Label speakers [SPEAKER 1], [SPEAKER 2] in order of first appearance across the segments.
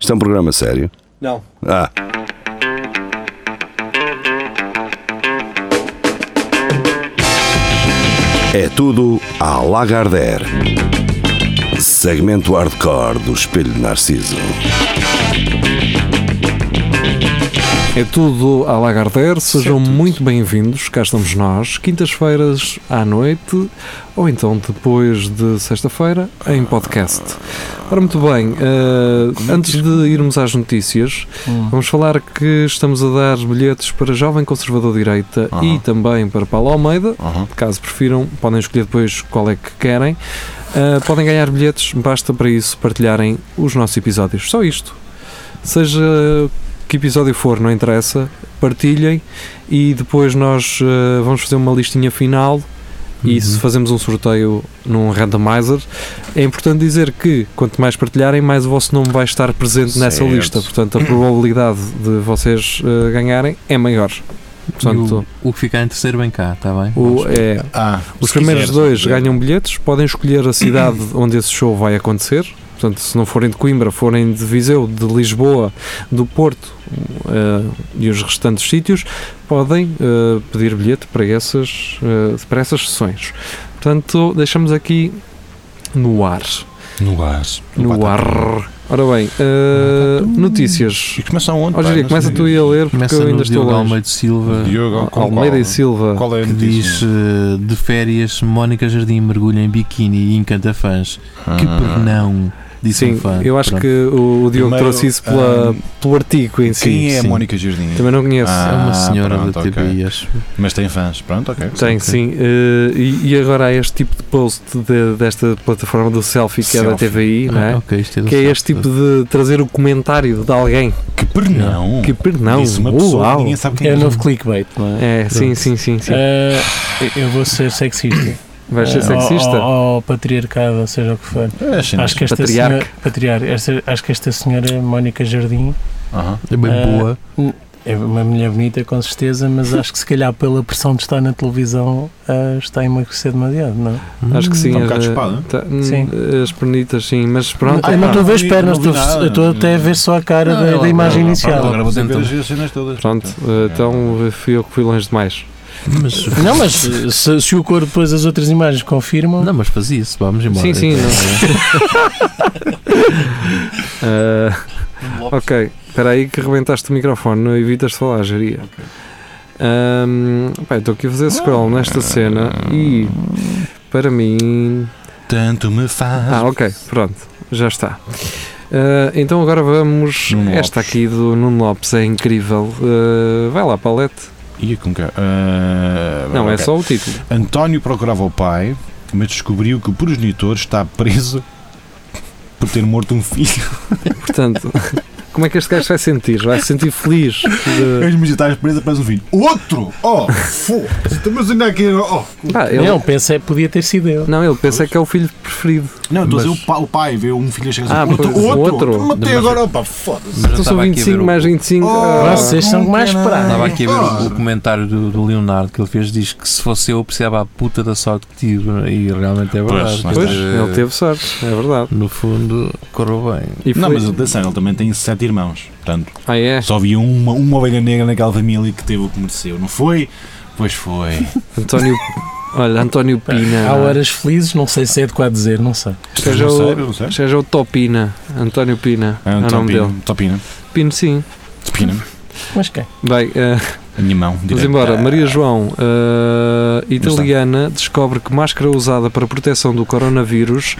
[SPEAKER 1] Isto é um programa sério.
[SPEAKER 2] Não.
[SPEAKER 1] Ah, é tudo à Lagardère. Segmento hardcore do Espelho de Narciso.
[SPEAKER 3] É tudo à Lagardère, sejam muito bem-vindos, cá estamos nós, quintas-feiras à noite, ou então depois de sexta-feira, em podcast. Ora, muito bem, eh, antes de irmos às notícias, vamos falar que estamos a dar bilhetes para Jovem Conservador Direita e também para Paulo Almeida, caso prefiram, podem escolher depois qual é que querem. Eh, podem ganhar bilhetes, basta para isso partilharem os nossos episódios, só isto. Seja que episódio for, não interessa, partilhem e depois nós eh, vamos fazer uma listinha final e
[SPEAKER 4] Uhum.
[SPEAKER 3] se fazemos um sorteio num randomizer. É importante dizer que quanto mais partilharem, mais o vosso nome vai estar presente nessa
[SPEAKER 5] Certo.
[SPEAKER 3] lista, portanto a probabilidade de vocês eh, ganharem é maior. Portanto,
[SPEAKER 4] E o, o que ficar em terceiro bem cá, está bem?
[SPEAKER 3] o, é,
[SPEAKER 5] Ah,
[SPEAKER 3] os
[SPEAKER 5] se
[SPEAKER 3] primeiros
[SPEAKER 5] quiseres,
[SPEAKER 3] dois
[SPEAKER 5] se
[SPEAKER 3] ganham bilhetes, podem escolher a cidade onde esse show vai acontecer. Portanto, se não forem de Coimbra, forem de Viseu, de Lisboa, do Porto eh, e os restantes sítios, podem eh, pedir bilhete para essas, eh, para essas sessões. Portanto, deixamos aqui no ar.
[SPEAKER 5] No ar.
[SPEAKER 3] No ar. Ora bem, eh, notícias.
[SPEAKER 5] E começa onde?
[SPEAKER 3] Ó, Jiria, começa tu aí a ler, é, porque
[SPEAKER 4] Começa
[SPEAKER 3] eu
[SPEAKER 4] no
[SPEAKER 3] ainda estou
[SPEAKER 4] Diogo
[SPEAKER 3] longe.
[SPEAKER 4] Almeida Silva,
[SPEAKER 5] Diogo, qual,
[SPEAKER 3] Almeida
[SPEAKER 5] qual,
[SPEAKER 3] e Silva.
[SPEAKER 5] Qual é a
[SPEAKER 4] que diz
[SPEAKER 5] notícia?
[SPEAKER 4] eh, de férias, Mónica Jardim mergulha em biquíni e encanta fãs.
[SPEAKER 5] Ah.
[SPEAKER 4] Que pernão, disse
[SPEAKER 3] Sim,
[SPEAKER 4] um fã.
[SPEAKER 3] eu acho
[SPEAKER 4] Pronto.
[SPEAKER 3] que o, o Diogo
[SPEAKER 5] Primeiro,
[SPEAKER 3] trouxe isso pela,
[SPEAKER 5] ahm,
[SPEAKER 3] pelo artigo em si.
[SPEAKER 5] Quem é a
[SPEAKER 4] sim.
[SPEAKER 5] Mónica Jardim?
[SPEAKER 3] Também não conheço.
[SPEAKER 4] É uma
[SPEAKER 5] Ah,
[SPEAKER 4] senhora
[SPEAKER 5] pronto,
[SPEAKER 4] da
[SPEAKER 5] ok.
[SPEAKER 4] TBI, acho.
[SPEAKER 5] Mas tem fãs. Pronto, ok.
[SPEAKER 3] Tem, sim. eh, e, e agora há este tipo de post de- desta plataforma do selfie que é da
[SPEAKER 5] Selfie.
[SPEAKER 3] TVI, não
[SPEAKER 4] Ah,
[SPEAKER 3] é?
[SPEAKER 4] ok, isto é do
[SPEAKER 3] Que é
[SPEAKER 4] South
[SPEAKER 3] este tipo
[SPEAKER 4] Park.
[SPEAKER 3] de trazer o comentário de alguém.
[SPEAKER 5] Que pernão.
[SPEAKER 3] Que pernão.
[SPEAKER 5] Disse uma pessoa que
[SPEAKER 3] Uau.
[SPEAKER 5] ninguém sabe quem
[SPEAKER 6] É o novo clickbait, não é?
[SPEAKER 3] É, sim, sim, sim, sim.
[SPEAKER 6] Ah, eu vou ser sexista.
[SPEAKER 3] Vais ser
[SPEAKER 6] Ah,
[SPEAKER 3] sexista?
[SPEAKER 6] Ou, ou- ou patriarcado, ou seja o que for.
[SPEAKER 5] É chinês.
[SPEAKER 6] Acho que esta
[SPEAKER 3] Patriarca.
[SPEAKER 6] senhora. Patriarca. Esta- acho que esta senhora Mónica Jardim
[SPEAKER 5] Aham.
[SPEAKER 4] É bem
[SPEAKER 6] Ah,
[SPEAKER 4] boa.
[SPEAKER 6] é uma mulher bonita, com certeza, mas acho que se calhar pela pressão de estar na televisão ah, está a emagrecer demasiado, não?
[SPEAKER 3] Acho que sim.
[SPEAKER 5] Está um
[SPEAKER 3] as-
[SPEAKER 5] bocado chupada.
[SPEAKER 3] tá- hum,
[SPEAKER 6] Sim.
[SPEAKER 3] As pernitas, sim. Mas pronto.
[SPEAKER 5] Ah,
[SPEAKER 6] eu não
[SPEAKER 5] pá,
[SPEAKER 6] estou a ver as
[SPEAKER 5] não vi-
[SPEAKER 6] pernas,
[SPEAKER 5] não vi
[SPEAKER 6] estou-
[SPEAKER 5] nada.
[SPEAKER 6] eu estou até a ver só a cara
[SPEAKER 4] Não,
[SPEAKER 6] da,
[SPEAKER 4] ela-
[SPEAKER 6] da imagem
[SPEAKER 4] ela-
[SPEAKER 6] inicial.
[SPEAKER 5] Agora vou ter que ver
[SPEAKER 4] Apresenta-me.
[SPEAKER 5] as cenas todas.
[SPEAKER 3] Pronto, eh, então fui eu que fui longe demais.
[SPEAKER 4] Mas,
[SPEAKER 6] Não, mas se, se o corpo depois as outras imagens confirmam,
[SPEAKER 4] não, mas faz isso, vamos embora.
[SPEAKER 3] Sim, sim,
[SPEAKER 4] Então,
[SPEAKER 3] Eh, ok, espera aí que rebentaste o microfone, não evitas de falar, geria. Ahm, pá, Estou aqui a fazer scroll nesta cena e para mim.
[SPEAKER 5] Tanto me faz.
[SPEAKER 3] Ah, ok, pronto, já está. Ah, então agora vamos.
[SPEAKER 5] Nuno
[SPEAKER 3] esta
[SPEAKER 5] Lopes.
[SPEAKER 3] aqui do Nuno Lopes é incrível. Ah, vai lá, Palete.
[SPEAKER 5] E com que... Ah,
[SPEAKER 3] Não, é
[SPEAKER 5] ok.
[SPEAKER 3] só o título.
[SPEAKER 5] António procurava o pai, mas descobriu que o progenitor está preso por ter morto um filho.
[SPEAKER 3] Portanto, como é que este gajo vai sentir? Vai se sentir feliz? de-
[SPEAKER 5] As estás presa para um filho. Outro! Oh, foda-se! Estamos ainda aqui. Oh.
[SPEAKER 3] Pá, Ah, ele-
[SPEAKER 6] não, pensei é que podia ter sido eu.
[SPEAKER 3] Não, ele pensa que é o filho preferido.
[SPEAKER 5] Não, estou a
[SPEAKER 4] Mas-
[SPEAKER 5] dizer o, pa, o pai, vê um filho a chegar
[SPEAKER 3] Ah,
[SPEAKER 5] assim, outro,
[SPEAKER 3] pois,
[SPEAKER 5] outro!
[SPEAKER 3] outro.
[SPEAKER 5] Matei
[SPEAKER 4] Mas-
[SPEAKER 5] agora, opa, foda-se!
[SPEAKER 4] mas eu
[SPEAKER 3] Então são
[SPEAKER 4] estava aqui a ver
[SPEAKER 3] 25
[SPEAKER 4] o-
[SPEAKER 3] mais 25.
[SPEAKER 5] Oh,
[SPEAKER 3] ah,
[SPEAKER 6] Vocês são mais
[SPEAKER 4] Estava
[SPEAKER 6] esperados.
[SPEAKER 4] aqui a ver o-
[SPEAKER 5] Ora.
[SPEAKER 4] o comentário do, do Leonardo que ele fez, diz que se fosse eu apreciava a puta da sorte que tive e realmente é verdade.
[SPEAKER 5] Pois, lá
[SPEAKER 4] quer
[SPEAKER 3] Pois,
[SPEAKER 4] dizer,
[SPEAKER 3] ele teve sorte, é verdade.
[SPEAKER 4] No fundo, correu bem.
[SPEAKER 3] E
[SPEAKER 5] Não,
[SPEAKER 3] foi-
[SPEAKER 5] mas atenção, ele também tem sete irmãos. Portanto,
[SPEAKER 3] Ah, é?
[SPEAKER 5] só havia uma, uma ovelha negra naquela família que teve o que mereceu, não foi? Pois foi.
[SPEAKER 3] António. Olha, António Pina.
[SPEAKER 6] Há horas felizes, não sei se é adequado dizer, não sei.
[SPEAKER 3] Seja
[SPEAKER 5] Não sei,
[SPEAKER 3] o,
[SPEAKER 5] não sei.
[SPEAKER 3] seja o Topina. António Pina. É,
[SPEAKER 5] Ah,
[SPEAKER 3] o nome
[SPEAKER 5] Topina,
[SPEAKER 3] dele.
[SPEAKER 5] Topina.
[SPEAKER 3] Pino, sim.
[SPEAKER 5] Topina.
[SPEAKER 6] Mas quem?
[SPEAKER 3] Bem, eh,
[SPEAKER 5] A minha mão.
[SPEAKER 3] vamos
[SPEAKER 5] direita.
[SPEAKER 3] embora. Maria João, eh,
[SPEAKER 5] está.
[SPEAKER 3] italiana, descobre que máscara usada para proteção do coronavírus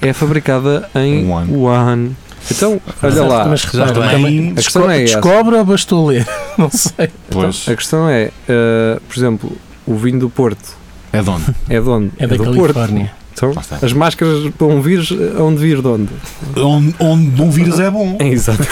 [SPEAKER 3] é fabricada em
[SPEAKER 5] Wuhan.
[SPEAKER 3] Wuhan. Então, olha lá.
[SPEAKER 6] Mas
[SPEAKER 4] Já
[SPEAKER 6] repara,
[SPEAKER 4] também-
[SPEAKER 6] também-
[SPEAKER 5] A
[SPEAKER 3] questão
[SPEAKER 6] desco-
[SPEAKER 3] é essa.
[SPEAKER 6] descobre ou bastou ler? Não sei.
[SPEAKER 5] Pois.
[SPEAKER 3] A questão é, eh, por exemplo, o vinho do Porto
[SPEAKER 5] É de onde?
[SPEAKER 3] é de onde?
[SPEAKER 6] É da
[SPEAKER 3] do
[SPEAKER 6] Califórnia.
[SPEAKER 3] Porto. Então,
[SPEAKER 5] Lá está.
[SPEAKER 3] As máscaras para um vírus, onde vir de onde?
[SPEAKER 5] Onde, onde um vírus é bom.
[SPEAKER 3] Exato.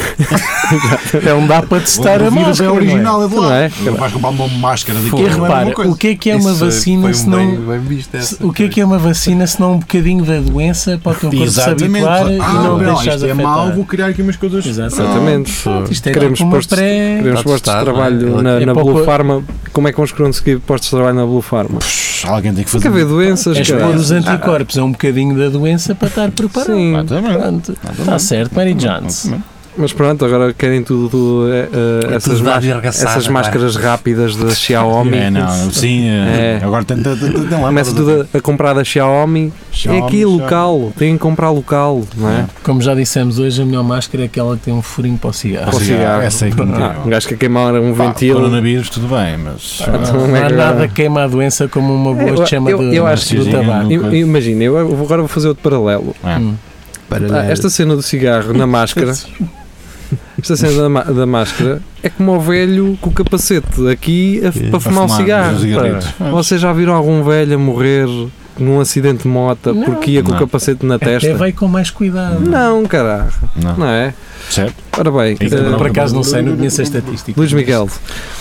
[SPEAKER 6] Então dá para testar
[SPEAKER 5] Onde
[SPEAKER 6] a
[SPEAKER 5] um vírus
[SPEAKER 6] máscara.
[SPEAKER 5] é
[SPEAKER 6] não é?
[SPEAKER 5] original, é de
[SPEAKER 3] Não
[SPEAKER 5] lá.
[SPEAKER 3] é?
[SPEAKER 5] Não vais comprar uma máscara daqui,
[SPEAKER 4] Pô,
[SPEAKER 6] E
[SPEAKER 5] não é a mesma
[SPEAKER 6] repara,
[SPEAKER 5] coisa.
[SPEAKER 6] o que é que é uma
[SPEAKER 4] Isso,
[SPEAKER 6] vacina
[SPEAKER 4] foi
[SPEAKER 3] um
[SPEAKER 6] se não.
[SPEAKER 4] Bem, bem visto essa.
[SPEAKER 6] O que é que é uma vacina se não um bocadinho da doença para o teu corpo se
[SPEAKER 5] Exatamente.
[SPEAKER 6] habituar e
[SPEAKER 5] Ah,
[SPEAKER 6] não
[SPEAKER 5] pera lá,
[SPEAKER 6] deixares
[SPEAKER 5] isto é
[SPEAKER 6] afetar?
[SPEAKER 5] mau, vou criar aqui umas coisas.
[SPEAKER 6] Exato.
[SPEAKER 3] Exatamente.
[SPEAKER 6] Pronto, isto é
[SPEAKER 3] Queremos
[SPEAKER 6] queremos uma
[SPEAKER 3] postos-
[SPEAKER 6] pré...
[SPEAKER 3] Queremos
[SPEAKER 4] Está
[SPEAKER 3] postos de
[SPEAKER 4] testado,
[SPEAKER 3] trabalho
[SPEAKER 4] não é?
[SPEAKER 3] na,
[SPEAKER 6] É
[SPEAKER 3] na
[SPEAKER 6] pouco-
[SPEAKER 3] Blue Pharma. Como é que vamos conseguir postos de trabalho na Blue Pharma?
[SPEAKER 5] Puxa, alguém tem que
[SPEAKER 3] Tem
[SPEAKER 5] fazer.
[SPEAKER 3] que haver doenças,
[SPEAKER 6] É
[SPEAKER 3] cara.
[SPEAKER 6] expor os é anticorpos a um bocadinho da doença para estar preparado. Tá
[SPEAKER 3] Sim.
[SPEAKER 5] Exatamente.
[SPEAKER 6] Pronto, está certo, Mary Jones.
[SPEAKER 3] Mas pronto, agora querem tudo, tudo, eh, eh,
[SPEAKER 4] É tudo
[SPEAKER 3] essas,
[SPEAKER 4] dá
[SPEAKER 3] más-
[SPEAKER 4] de arregaçar,
[SPEAKER 3] essas
[SPEAKER 4] pá.
[SPEAKER 3] máscaras rápidas da Xiaomi.
[SPEAKER 5] É, não, sim.
[SPEAKER 3] É.
[SPEAKER 5] é, Agora tem, tem, tem, tem lá.
[SPEAKER 3] Começa tudo a, a comprar da Xiaomi.
[SPEAKER 5] Xiaomi,
[SPEAKER 3] é aqui
[SPEAKER 5] Xiaomi.
[SPEAKER 3] local, tem que comprar local, não é?
[SPEAKER 6] Como já dissemos hoje, a melhor máscara é aquela que tem um furinho para o cigarro.
[SPEAKER 3] Para o cigarro.
[SPEAKER 5] Essa é que
[SPEAKER 3] Ah, um
[SPEAKER 5] não
[SPEAKER 3] gajo que queimar um ventilo.
[SPEAKER 5] Coronavírus, tudo bem, mas.
[SPEAKER 3] Então,
[SPEAKER 6] Não,
[SPEAKER 3] como é
[SPEAKER 6] há
[SPEAKER 3] que-
[SPEAKER 6] nada que queima a doença como uma
[SPEAKER 3] É,
[SPEAKER 6] boa
[SPEAKER 3] eu-
[SPEAKER 6] chama
[SPEAKER 3] eu-
[SPEAKER 6] do,
[SPEAKER 3] eu acho
[SPEAKER 6] do
[SPEAKER 5] que-
[SPEAKER 6] tabaco.
[SPEAKER 3] Eu- eu- Imagina, eu agora vou fazer outro paralelo.
[SPEAKER 5] Ah.
[SPEAKER 6] Hum.
[SPEAKER 3] Ah, esta cena do cigarro na máscara. Esta cena da, ma- da máscara é como o velho com o capacete aqui a f-
[SPEAKER 4] É,
[SPEAKER 3] para
[SPEAKER 4] a
[SPEAKER 3] fumar o
[SPEAKER 5] fumar,
[SPEAKER 3] cigarro.
[SPEAKER 5] os cigarritos.
[SPEAKER 3] Pá, Vocês já viram algum velho a morrer num acidente de moto
[SPEAKER 6] Não.
[SPEAKER 3] porque ia com o
[SPEAKER 5] Não.
[SPEAKER 3] capacete na
[SPEAKER 6] Até
[SPEAKER 3] testa?
[SPEAKER 6] vai com mais cuidado.
[SPEAKER 3] Não, caralho,
[SPEAKER 5] Não.
[SPEAKER 3] não é?
[SPEAKER 5] Certo?
[SPEAKER 3] Ora bem,
[SPEAKER 5] Isso
[SPEAKER 3] eh,
[SPEAKER 5] não.
[SPEAKER 6] Por acaso não sei, não conheço a estatística.
[SPEAKER 3] Luís Miguel,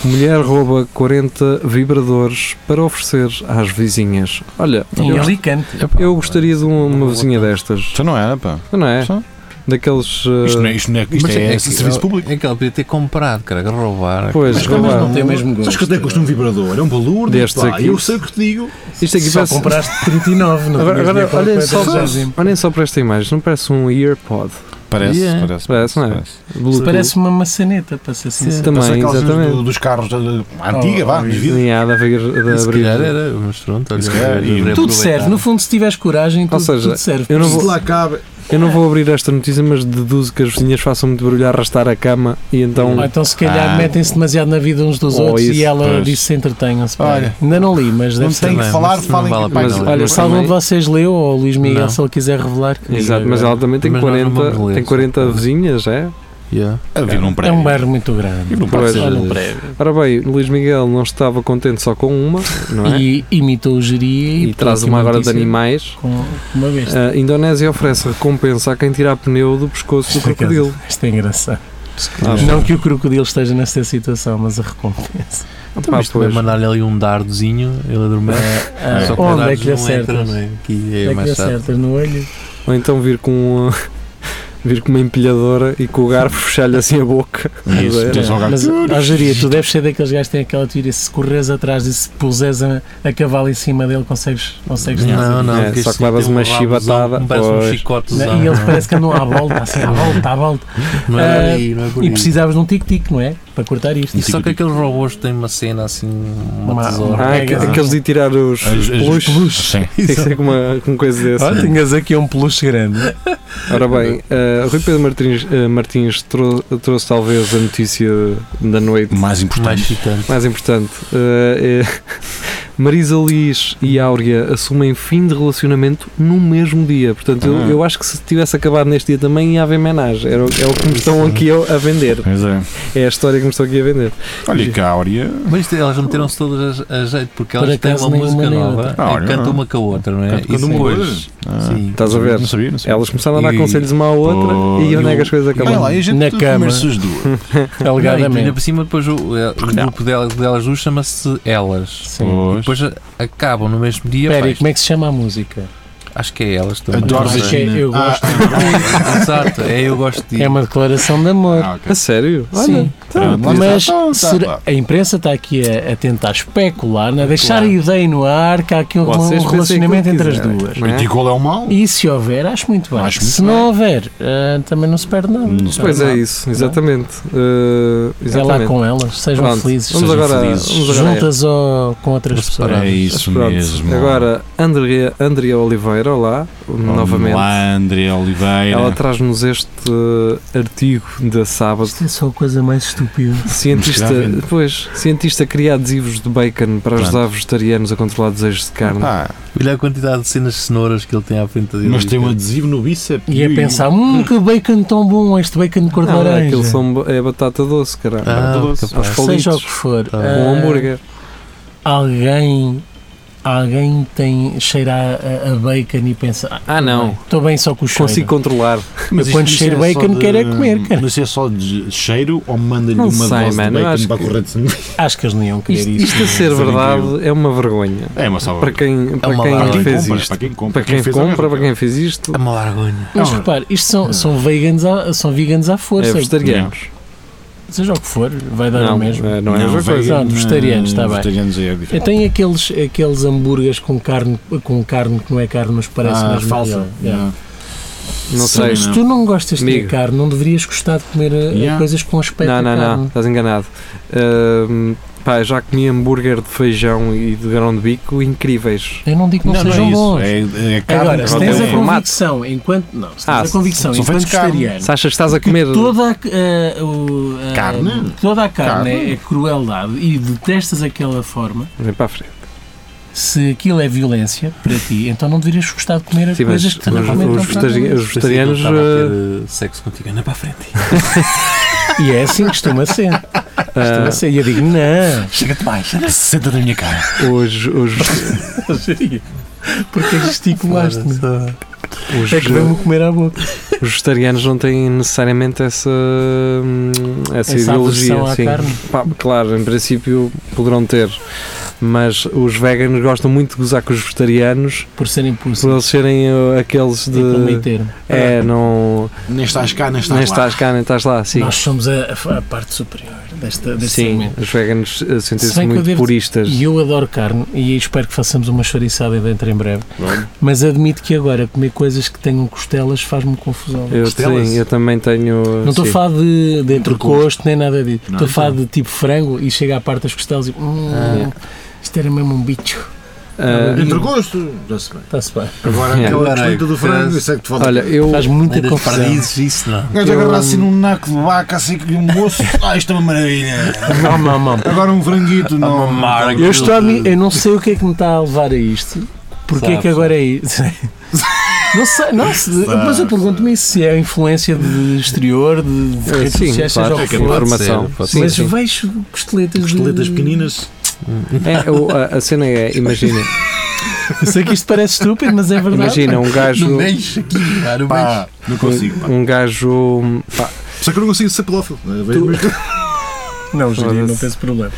[SPEAKER 3] mulher rouba 40 vibradores para oferecer às vizinhas. Olha,
[SPEAKER 6] Em
[SPEAKER 3] eu,
[SPEAKER 6] é Alicante.
[SPEAKER 3] eu gostaria de um- uma, uma vizinha destas,
[SPEAKER 5] Isto não era, pá.
[SPEAKER 3] não é?
[SPEAKER 5] Só.
[SPEAKER 3] Daqueles. eh,
[SPEAKER 5] Isto, não é, isto, não é, isto
[SPEAKER 4] Mas
[SPEAKER 5] é,
[SPEAKER 4] que-
[SPEAKER 5] serviço público.
[SPEAKER 4] É que ela podia ter comprado, cara,
[SPEAKER 5] é
[SPEAKER 4] roubar.
[SPEAKER 3] Pois,
[SPEAKER 6] Mas é
[SPEAKER 3] roubar.
[SPEAKER 6] não tem o mesmo gosto.
[SPEAKER 5] Sabes que até custa um vibrador? É um valor.
[SPEAKER 3] Destes
[SPEAKER 5] pá,
[SPEAKER 3] aqui.
[SPEAKER 5] Eu sei o que te digo.
[SPEAKER 3] Isto aqui
[SPEAKER 6] Só
[SPEAKER 3] parece.
[SPEAKER 6] compraste 39,
[SPEAKER 3] Agora,
[SPEAKER 6] não tinhas
[SPEAKER 3] agora
[SPEAKER 6] dinheiro para
[SPEAKER 3] olhem,
[SPEAKER 6] comprar
[SPEAKER 3] só,
[SPEAKER 6] dois décimos.
[SPEAKER 3] olhem só para esta imagem, não parece um earpod.
[SPEAKER 5] Parece,
[SPEAKER 4] Yeah.
[SPEAKER 5] parece.
[SPEAKER 3] Parece, não é? Bluetooth.
[SPEAKER 6] Parece uma maçaneta, para ser
[SPEAKER 5] Parece
[SPEAKER 6] sincero.
[SPEAKER 3] Também,
[SPEAKER 5] aquelas dos-
[SPEAKER 3] exatamente.
[SPEAKER 5] do- dos carros da, da- antiga,
[SPEAKER 6] Oh,
[SPEAKER 5] vá,
[SPEAKER 6] é, oh,
[SPEAKER 5] dos vidros.
[SPEAKER 3] Sim, há de abrir- de
[SPEAKER 4] Se
[SPEAKER 3] abrir-
[SPEAKER 4] calhar era, mas pronto, olha.
[SPEAKER 5] Se calhar, e-
[SPEAKER 4] reaproveitar.
[SPEAKER 6] Tudo serve, no fundo, se tiveres coragem, tudo,
[SPEAKER 3] seja,
[SPEAKER 6] tudo serve.
[SPEAKER 3] eu não vou-
[SPEAKER 5] Se lá cabe.
[SPEAKER 3] Eu não vou abrir esta notícia, mas deduzo que as vizinhas façam muito barulho a arrastar a cama e então.
[SPEAKER 6] Ou então, se calhar,
[SPEAKER 5] Ah.
[SPEAKER 6] metem-se demasiado na vida uns dos
[SPEAKER 3] Ou
[SPEAKER 6] outros
[SPEAKER 3] isso,
[SPEAKER 6] e ela
[SPEAKER 5] pois.
[SPEAKER 6] disse entretenham-se. pá.
[SPEAKER 5] Olha.
[SPEAKER 6] Ainda não li, mas
[SPEAKER 5] Não
[SPEAKER 6] deve ser.
[SPEAKER 5] tem que um.
[SPEAKER 4] bem,
[SPEAKER 5] falar,
[SPEAKER 4] mas
[SPEAKER 5] falem
[SPEAKER 4] não vale a
[SPEAKER 5] mas
[SPEAKER 4] pena ler.
[SPEAKER 5] olha,
[SPEAKER 6] Olha, se algum de
[SPEAKER 3] também-
[SPEAKER 6] vocês leu, ou o Luís Miguel,
[SPEAKER 4] Não.
[SPEAKER 6] se ele quiser revelar. que é um diga
[SPEAKER 3] Exato, mas é um
[SPEAKER 6] agora.
[SPEAKER 3] ela também tem
[SPEAKER 4] Mas nós não
[SPEAKER 3] 40,
[SPEAKER 4] vamos ler,
[SPEAKER 3] tem
[SPEAKER 4] só
[SPEAKER 3] 40
[SPEAKER 4] para-
[SPEAKER 3] vizinhas, é?
[SPEAKER 4] Yeah.
[SPEAKER 5] Havia num
[SPEAKER 6] É
[SPEAKER 5] prédio.
[SPEAKER 6] um bairro muito grande.
[SPEAKER 5] Não
[SPEAKER 3] Pois.
[SPEAKER 5] pode ser.
[SPEAKER 6] Olha, um
[SPEAKER 4] Deus.
[SPEAKER 6] prédio.
[SPEAKER 3] Ora bem, Luís Miguel não estava contente só com uma, não é?
[SPEAKER 6] E imitou o geri
[SPEAKER 3] E, traz uma agora de animais.
[SPEAKER 6] Com uma besta.
[SPEAKER 3] A Indonésia oferece recompensa a quem tirar pneu do pescoço do
[SPEAKER 6] Por acaso,
[SPEAKER 3] crocodilo.
[SPEAKER 6] Isto é engraçado.
[SPEAKER 3] Ah,
[SPEAKER 6] não que o crocodilo esteja nesta situação, mas a recompensa.
[SPEAKER 3] Ah, pá,
[SPEAKER 4] Então, Isto vai
[SPEAKER 3] pois.
[SPEAKER 4] mandar-lhe ali um dardozinho, ele adormece.
[SPEAKER 6] Ah,
[SPEAKER 4] É, Só que o
[SPEAKER 6] onde
[SPEAKER 4] dardo
[SPEAKER 6] é que lhe
[SPEAKER 4] não entra,
[SPEAKER 6] acertas?
[SPEAKER 4] não
[SPEAKER 6] Onde
[SPEAKER 4] é? Que é
[SPEAKER 6] é que lhe
[SPEAKER 4] mais chato.
[SPEAKER 6] acertas? No olho?
[SPEAKER 3] Ou então vir com, uh, vir com uma empilhadora e com o garfo fechar-lhe assim a boca. é?
[SPEAKER 5] Isso,
[SPEAKER 3] Mas,
[SPEAKER 5] tens um gajo-
[SPEAKER 6] Mas, ó, Jeria, tu deves ser daqueles gajos que têm aquela teoria: se corres atrás e se puseres a, a cavalo em cima dele, consegues. consegues
[SPEAKER 4] Não, não,
[SPEAKER 3] É,
[SPEAKER 4] porque
[SPEAKER 3] só
[SPEAKER 4] este
[SPEAKER 3] que levas
[SPEAKER 4] tem um
[SPEAKER 3] uma
[SPEAKER 4] rabozão,
[SPEAKER 3] chibatada,
[SPEAKER 4] um- Parece um
[SPEAKER 3] pois.
[SPEAKER 4] chicotezão.
[SPEAKER 6] Não, e eles parece que andam à volta, assim, à volta, à volta.
[SPEAKER 4] Não é por aí, não é por
[SPEAKER 6] E
[SPEAKER 4] aí.
[SPEAKER 6] precisavas de um tic-tic, não é? Para cortar isto.
[SPEAKER 4] E só que aqueles robôs têm uma cena assim, uma
[SPEAKER 6] Uma-
[SPEAKER 4] tesoura.
[SPEAKER 3] Ah,
[SPEAKER 6] É,
[SPEAKER 3] aqu-
[SPEAKER 6] é.
[SPEAKER 3] aqueles de tirar os
[SPEAKER 5] As- as-
[SPEAKER 3] peluches.
[SPEAKER 5] Sim.
[SPEAKER 3] Tem que ser com uma, com coisa dessa.
[SPEAKER 6] Olha, tinhas aqui
[SPEAKER 4] é
[SPEAKER 6] um peluche grande.
[SPEAKER 3] Ora bem, uh, Rui Pedro Martins, uh, Martins trou- trouxe talvez a notícia da noite
[SPEAKER 5] Mais
[SPEAKER 4] Mais
[SPEAKER 5] importante.
[SPEAKER 4] chitante.
[SPEAKER 3] mais importante. Uh, é- Marisa Liz e Áurea assumem fim de relacionamento no mesmo dia. Portanto, eu,
[SPEAKER 5] Ah.
[SPEAKER 3] eu acho que se tivesse acabado neste dia também ia haver homenagem. Era, o- é o que me estão aqui a a vender.
[SPEAKER 5] Pois é.
[SPEAKER 3] É a história que me estão aqui a vender.
[SPEAKER 5] Olha, e que a Áurea.
[SPEAKER 4] Mas isto, elas meteram-se todas a, a jeito, porque
[SPEAKER 6] Por
[SPEAKER 4] elas têm
[SPEAKER 6] acaso,
[SPEAKER 4] uma
[SPEAKER 6] nenhuma
[SPEAKER 4] música
[SPEAKER 6] nem
[SPEAKER 4] nova
[SPEAKER 5] outra. Ah,
[SPEAKER 4] e
[SPEAKER 5] olha,
[SPEAKER 4] cantam
[SPEAKER 5] não.
[SPEAKER 4] uma Tá com a outra, não é?
[SPEAKER 5] Canto quando
[SPEAKER 4] Isso
[SPEAKER 5] uma
[SPEAKER 4] depois-
[SPEAKER 5] coisa. Ah,
[SPEAKER 4] Sim.
[SPEAKER 3] Estás a ver?
[SPEAKER 5] Não sabia, não sabia.
[SPEAKER 3] Elas começaram a dar
[SPEAKER 4] E-
[SPEAKER 3] conselhos uma à outra e
[SPEAKER 5] Pois.
[SPEAKER 3] onde é que as coisas
[SPEAKER 5] Vai
[SPEAKER 3] acabam?
[SPEAKER 5] lá, e a gente
[SPEAKER 6] Na cama.
[SPEAKER 5] merece as duas.
[SPEAKER 4] Não, e ainda
[SPEAKER 6] Alegadamente.
[SPEAKER 4] por cima, depois o, é, o grupo delas, delas duas chama-se Elas.
[SPEAKER 6] Sim.
[SPEAKER 4] E depois a- acabam no mesmo dia.
[SPEAKER 6] Espera,
[SPEAKER 4] pá,
[SPEAKER 6] um e como é que se chama a música?
[SPEAKER 4] Acho que é Elas também.
[SPEAKER 5] Adoro Ah,
[SPEAKER 4] Não
[SPEAKER 6] Acho que
[SPEAKER 4] sei.
[SPEAKER 6] é
[SPEAKER 5] Regina.
[SPEAKER 6] Eu Gosto.
[SPEAKER 4] Exato, é eu gosto de
[SPEAKER 6] É uma declaração de amor.
[SPEAKER 5] Ah, ok.
[SPEAKER 3] A sério? Olha,
[SPEAKER 6] Sim. Ah,
[SPEAKER 5] Pronto, lá
[SPEAKER 6] Mas
[SPEAKER 5] está. Então, tá,
[SPEAKER 6] será-
[SPEAKER 5] pá.
[SPEAKER 6] a imprensa está aqui a, a tentar especular, né? a deixar a ideia no ar que há aqui um,
[SPEAKER 3] Vocês
[SPEAKER 6] um
[SPEAKER 3] pensem
[SPEAKER 6] relacionamento
[SPEAKER 3] aquilo que
[SPEAKER 6] entre as
[SPEAKER 3] quiserem,
[SPEAKER 6] duas.
[SPEAKER 3] não é?
[SPEAKER 5] E qual é o mal?
[SPEAKER 6] E se houver, acho muito bem.
[SPEAKER 5] Acho muito
[SPEAKER 6] se
[SPEAKER 5] bem.
[SPEAKER 6] não houver, ah, também não se perde nada.
[SPEAKER 5] Não se
[SPEAKER 3] Pois é isso, exatamente. Uh,
[SPEAKER 6] É lá
[SPEAKER 3] exatamente.
[SPEAKER 6] com elas, sejam
[SPEAKER 3] Pronto,
[SPEAKER 6] felizes.
[SPEAKER 3] vamos
[SPEAKER 5] sejam
[SPEAKER 3] agora,
[SPEAKER 5] felizes.
[SPEAKER 3] vamos agora a
[SPEAKER 6] juntas ou com outras pessoas.
[SPEAKER 5] É
[SPEAKER 3] Mas
[SPEAKER 5] isso
[SPEAKER 3] pronto,
[SPEAKER 5] mesmo.
[SPEAKER 3] Agora, Andrea, Andrea Oliveira, olá, novamente.
[SPEAKER 5] Olá, André Oliveira.
[SPEAKER 3] Ela traz-nos este eh, artigo da sábado.
[SPEAKER 6] Isto é só a coisa mais estúpida.
[SPEAKER 3] Cientista,
[SPEAKER 5] Miserável.
[SPEAKER 3] pois, cientista cria adesivos de bacon para ajudar vegetarianos a controlar desejos de carne.
[SPEAKER 5] Ah,
[SPEAKER 4] Olha a quantidade de cenas de cenouras que ele tem à frente dele.
[SPEAKER 5] mas tem um adesivo no bíceps.
[SPEAKER 6] E a pensar, hum, que bacon tão bom, este bacon de cor de
[SPEAKER 3] não,
[SPEAKER 6] laranja.
[SPEAKER 3] aquilo são, é batata doce, caralho.
[SPEAKER 4] Ah,
[SPEAKER 5] doce.
[SPEAKER 4] capaz.
[SPEAKER 3] Aos
[SPEAKER 6] Seja o
[SPEAKER 3] palitos.
[SPEAKER 6] que for.
[SPEAKER 3] Com
[SPEAKER 4] Tá.
[SPEAKER 6] ah,
[SPEAKER 3] Um hambúrguer.
[SPEAKER 6] alguém alguém tem cheira a, a bacon e pensa
[SPEAKER 3] Ah, não.
[SPEAKER 6] estou bem só com o cheiro
[SPEAKER 3] Consigo controlar.
[SPEAKER 6] eu quando
[SPEAKER 5] isto-
[SPEAKER 6] cheiro
[SPEAKER 5] isto é
[SPEAKER 6] bacon
[SPEAKER 5] só de-
[SPEAKER 6] quero é comer cara.
[SPEAKER 5] Mas isto é só de cheiro ou manda-lhe
[SPEAKER 3] Não
[SPEAKER 5] uma
[SPEAKER 3] sei,
[SPEAKER 5] dose
[SPEAKER 3] mano, eu
[SPEAKER 5] de bacon
[SPEAKER 3] acho
[SPEAKER 5] para
[SPEAKER 3] que-
[SPEAKER 5] correr de sangue?
[SPEAKER 6] acho que eles não iam querer
[SPEAKER 3] Isto,
[SPEAKER 6] isto,
[SPEAKER 3] isto a ser
[SPEAKER 5] Isso é
[SPEAKER 3] verdade é uma vergonha.
[SPEAKER 5] É uma salva.
[SPEAKER 3] Para quem, para
[SPEAKER 4] uma
[SPEAKER 3] quem
[SPEAKER 4] vergonha.
[SPEAKER 3] fez
[SPEAKER 5] compra,
[SPEAKER 3] isto.
[SPEAKER 5] Para quem compra.
[SPEAKER 3] Para quem
[SPEAKER 5] fez
[SPEAKER 3] compra,
[SPEAKER 5] a
[SPEAKER 3] para
[SPEAKER 5] merda.
[SPEAKER 3] quem fez isto,
[SPEAKER 4] É uma largonha.
[SPEAKER 6] mas
[SPEAKER 5] Não.
[SPEAKER 6] repare isto são, são vegans à- são vegans à
[SPEAKER 3] é
[SPEAKER 6] força
[SPEAKER 3] vegetarianos.
[SPEAKER 6] seja o que for vai dar
[SPEAKER 3] Não,
[SPEAKER 6] o mesmo
[SPEAKER 3] é- não é a mesma coisa.
[SPEAKER 6] Não, vegetarianos, tá bem. Então,
[SPEAKER 5] Vegetarianos é diferente.
[SPEAKER 6] eu tenho aqueles, aqueles hambúrgueres com carne, com carne que não é carne, mas parece
[SPEAKER 5] Ah,
[SPEAKER 6] mesmo
[SPEAKER 5] falsa.
[SPEAKER 6] real. Yeah.
[SPEAKER 3] Não
[SPEAKER 4] Sim,
[SPEAKER 3] sei.
[SPEAKER 4] não.
[SPEAKER 6] Se tu não gostas
[SPEAKER 3] Amigo.
[SPEAKER 6] de carne, não deverias gostar de comer eh,
[SPEAKER 5] Yeah.
[SPEAKER 6] coisas com aspecto
[SPEAKER 3] Não,
[SPEAKER 6] de
[SPEAKER 3] não,
[SPEAKER 6] carne.
[SPEAKER 3] não, estás enganado. Ahm, pá, já comi hambúrguer de feijão e de grão de bico incríveis.
[SPEAKER 6] Eu não digo que não,
[SPEAKER 5] é
[SPEAKER 6] sejam
[SPEAKER 5] isso.
[SPEAKER 6] bons.
[SPEAKER 5] É, é carne.
[SPEAKER 6] Agora, se
[SPEAKER 5] não
[SPEAKER 6] tens
[SPEAKER 5] tem-
[SPEAKER 6] a
[SPEAKER 3] um formato.
[SPEAKER 6] convicção, enquanto. Não, se tens
[SPEAKER 3] Ah,
[SPEAKER 6] a convicção,
[SPEAKER 5] são
[SPEAKER 6] enquanto
[SPEAKER 5] feitos de carne.
[SPEAKER 6] vegetariano.
[SPEAKER 3] Se achas que estás a comer.
[SPEAKER 6] Toda a, eh, o, eh,
[SPEAKER 5] Carne?
[SPEAKER 6] toda a carne,
[SPEAKER 5] Carne.
[SPEAKER 6] é crueldade e detestas aquela forma.
[SPEAKER 3] Vem para a frente.
[SPEAKER 6] Se aquilo é violência para ti, então não deverias gostar de comer
[SPEAKER 3] Sim, mas
[SPEAKER 6] coisas que
[SPEAKER 3] os,
[SPEAKER 6] tu não
[SPEAKER 3] os
[SPEAKER 6] comentas.
[SPEAKER 3] vegetari- os vegetarianos.
[SPEAKER 4] Estava
[SPEAKER 3] ah,
[SPEAKER 4] a ter eh, sexo contigo, anda para a frente.
[SPEAKER 6] E é assim que costuma ser.
[SPEAKER 3] Ah.
[SPEAKER 6] Costuma ser. E eu digo, não.
[SPEAKER 4] Chega-te mais.
[SPEAKER 5] Senta na minha cara.
[SPEAKER 3] Os, os,
[SPEAKER 6] Porque gesticulaste-me.
[SPEAKER 3] os,
[SPEAKER 6] É que vamos comer à boca.
[SPEAKER 3] os vegetarianos não têm necessariamente essa, hum, essa,
[SPEAKER 6] Essa
[SPEAKER 3] ideologia.
[SPEAKER 6] aversão à
[SPEAKER 3] sim.
[SPEAKER 6] carne.
[SPEAKER 3] Pá, claro, em princípio poderão ter. Mas os veganos gostam muito de gozar com os vegetarianos
[SPEAKER 6] Por serem impulsos.
[SPEAKER 3] por eles serem uh, aqueles
[SPEAKER 6] É pelo meio
[SPEAKER 3] de.
[SPEAKER 6] termo.
[SPEAKER 3] É, não.
[SPEAKER 5] Nem estás cá, nem estás
[SPEAKER 3] Nem
[SPEAKER 5] lá.
[SPEAKER 3] estás cá, nem estás lá. Sim,
[SPEAKER 6] Nós somos a, a- a parte superior desta, deste
[SPEAKER 3] sim
[SPEAKER 6] segmento.
[SPEAKER 3] os veganos uh,
[SPEAKER 6] Se bem
[SPEAKER 3] sentem-se
[SPEAKER 6] que eu
[SPEAKER 3] muito
[SPEAKER 6] devo-
[SPEAKER 3] puristas.
[SPEAKER 6] E eu adoro carne e espero que façamos uma chouriçada dentro em breve.
[SPEAKER 3] é?
[SPEAKER 6] Mas admito que agora comer coisas que tenham costelas faz-me confusão.
[SPEAKER 3] Eu,
[SPEAKER 5] costelas?
[SPEAKER 3] sim, eu também tenho. uh,
[SPEAKER 6] Não estou a
[SPEAKER 3] sim.
[SPEAKER 6] falar de, de entrecosto nem nada disso.
[SPEAKER 5] Não,
[SPEAKER 6] Estou a falar
[SPEAKER 5] então.
[SPEAKER 6] de tipo frango e chega à parte das costelas e. Hum,
[SPEAKER 3] Ah.
[SPEAKER 6] Isto era mesmo um bicho.
[SPEAKER 3] Uh,
[SPEAKER 6] Entre
[SPEAKER 2] Entre gosto, já-se bem.
[SPEAKER 6] Está-se bem.
[SPEAKER 2] Agora
[SPEAKER 3] É.
[SPEAKER 2] aquela
[SPEAKER 4] Agora,
[SPEAKER 2] desfeita do frango,
[SPEAKER 4] parece-
[SPEAKER 2] isso é que te falta.
[SPEAKER 3] Olha, eu.
[SPEAKER 6] Faz muita
[SPEAKER 4] Muita
[SPEAKER 6] confusão.
[SPEAKER 4] pardizes, isso não.
[SPEAKER 5] O gajo
[SPEAKER 3] Eu-
[SPEAKER 5] agarra assim num naco de vaca, assim que um moço. Ah, isto é uma maravilha.
[SPEAKER 6] Não, não, não.
[SPEAKER 5] Agora um franguito, não.
[SPEAKER 4] marca.
[SPEAKER 6] Eu, estou a me- eu não sei o que é que me está a levar a isto. Porque é
[SPEAKER 4] Sabe,
[SPEAKER 6] que agora é isso? Não sei, não, se, mas eu pergunto-me se é a influência de exterior, de, de
[SPEAKER 3] uh,
[SPEAKER 6] redes
[SPEAKER 3] Sim,
[SPEAKER 6] sociais, seja
[SPEAKER 3] claro,
[SPEAKER 6] o que
[SPEAKER 4] é
[SPEAKER 6] for.
[SPEAKER 4] capaz.
[SPEAKER 3] informação.
[SPEAKER 4] ser, pode
[SPEAKER 3] Sim,
[SPEAKER 6] mas
[SPEAKER 3] sim.
[SPEAKER 6] vejo costeletas. de-
[SPEAKER 2] Costeletas pequeninas.
[SPEAKER 3] É, o- a, a cena é, imagina,
[SPEAKER 6] Eu sei que isto parece estúpido, mas é verdade.
[SPEAKER 3] imagina um gajo.
[SPEAKER 4] Não deixa aqui, cara, não deixa.
[SPEAKER 5] Pá, não consigo. Pá.
[SPEAKER 3] Um gajo. pá,
[SPEAKER 2] Só que eu não consigo ser pilófilo. né? Vejo
[SPEAKER 3] Tu-
[SPEAKER 2] mesmo-
[SPEAKER 6] Não, Júlio, não
[SPEAKER 3] Foda-se.
[SPEAKER 6] tens problema.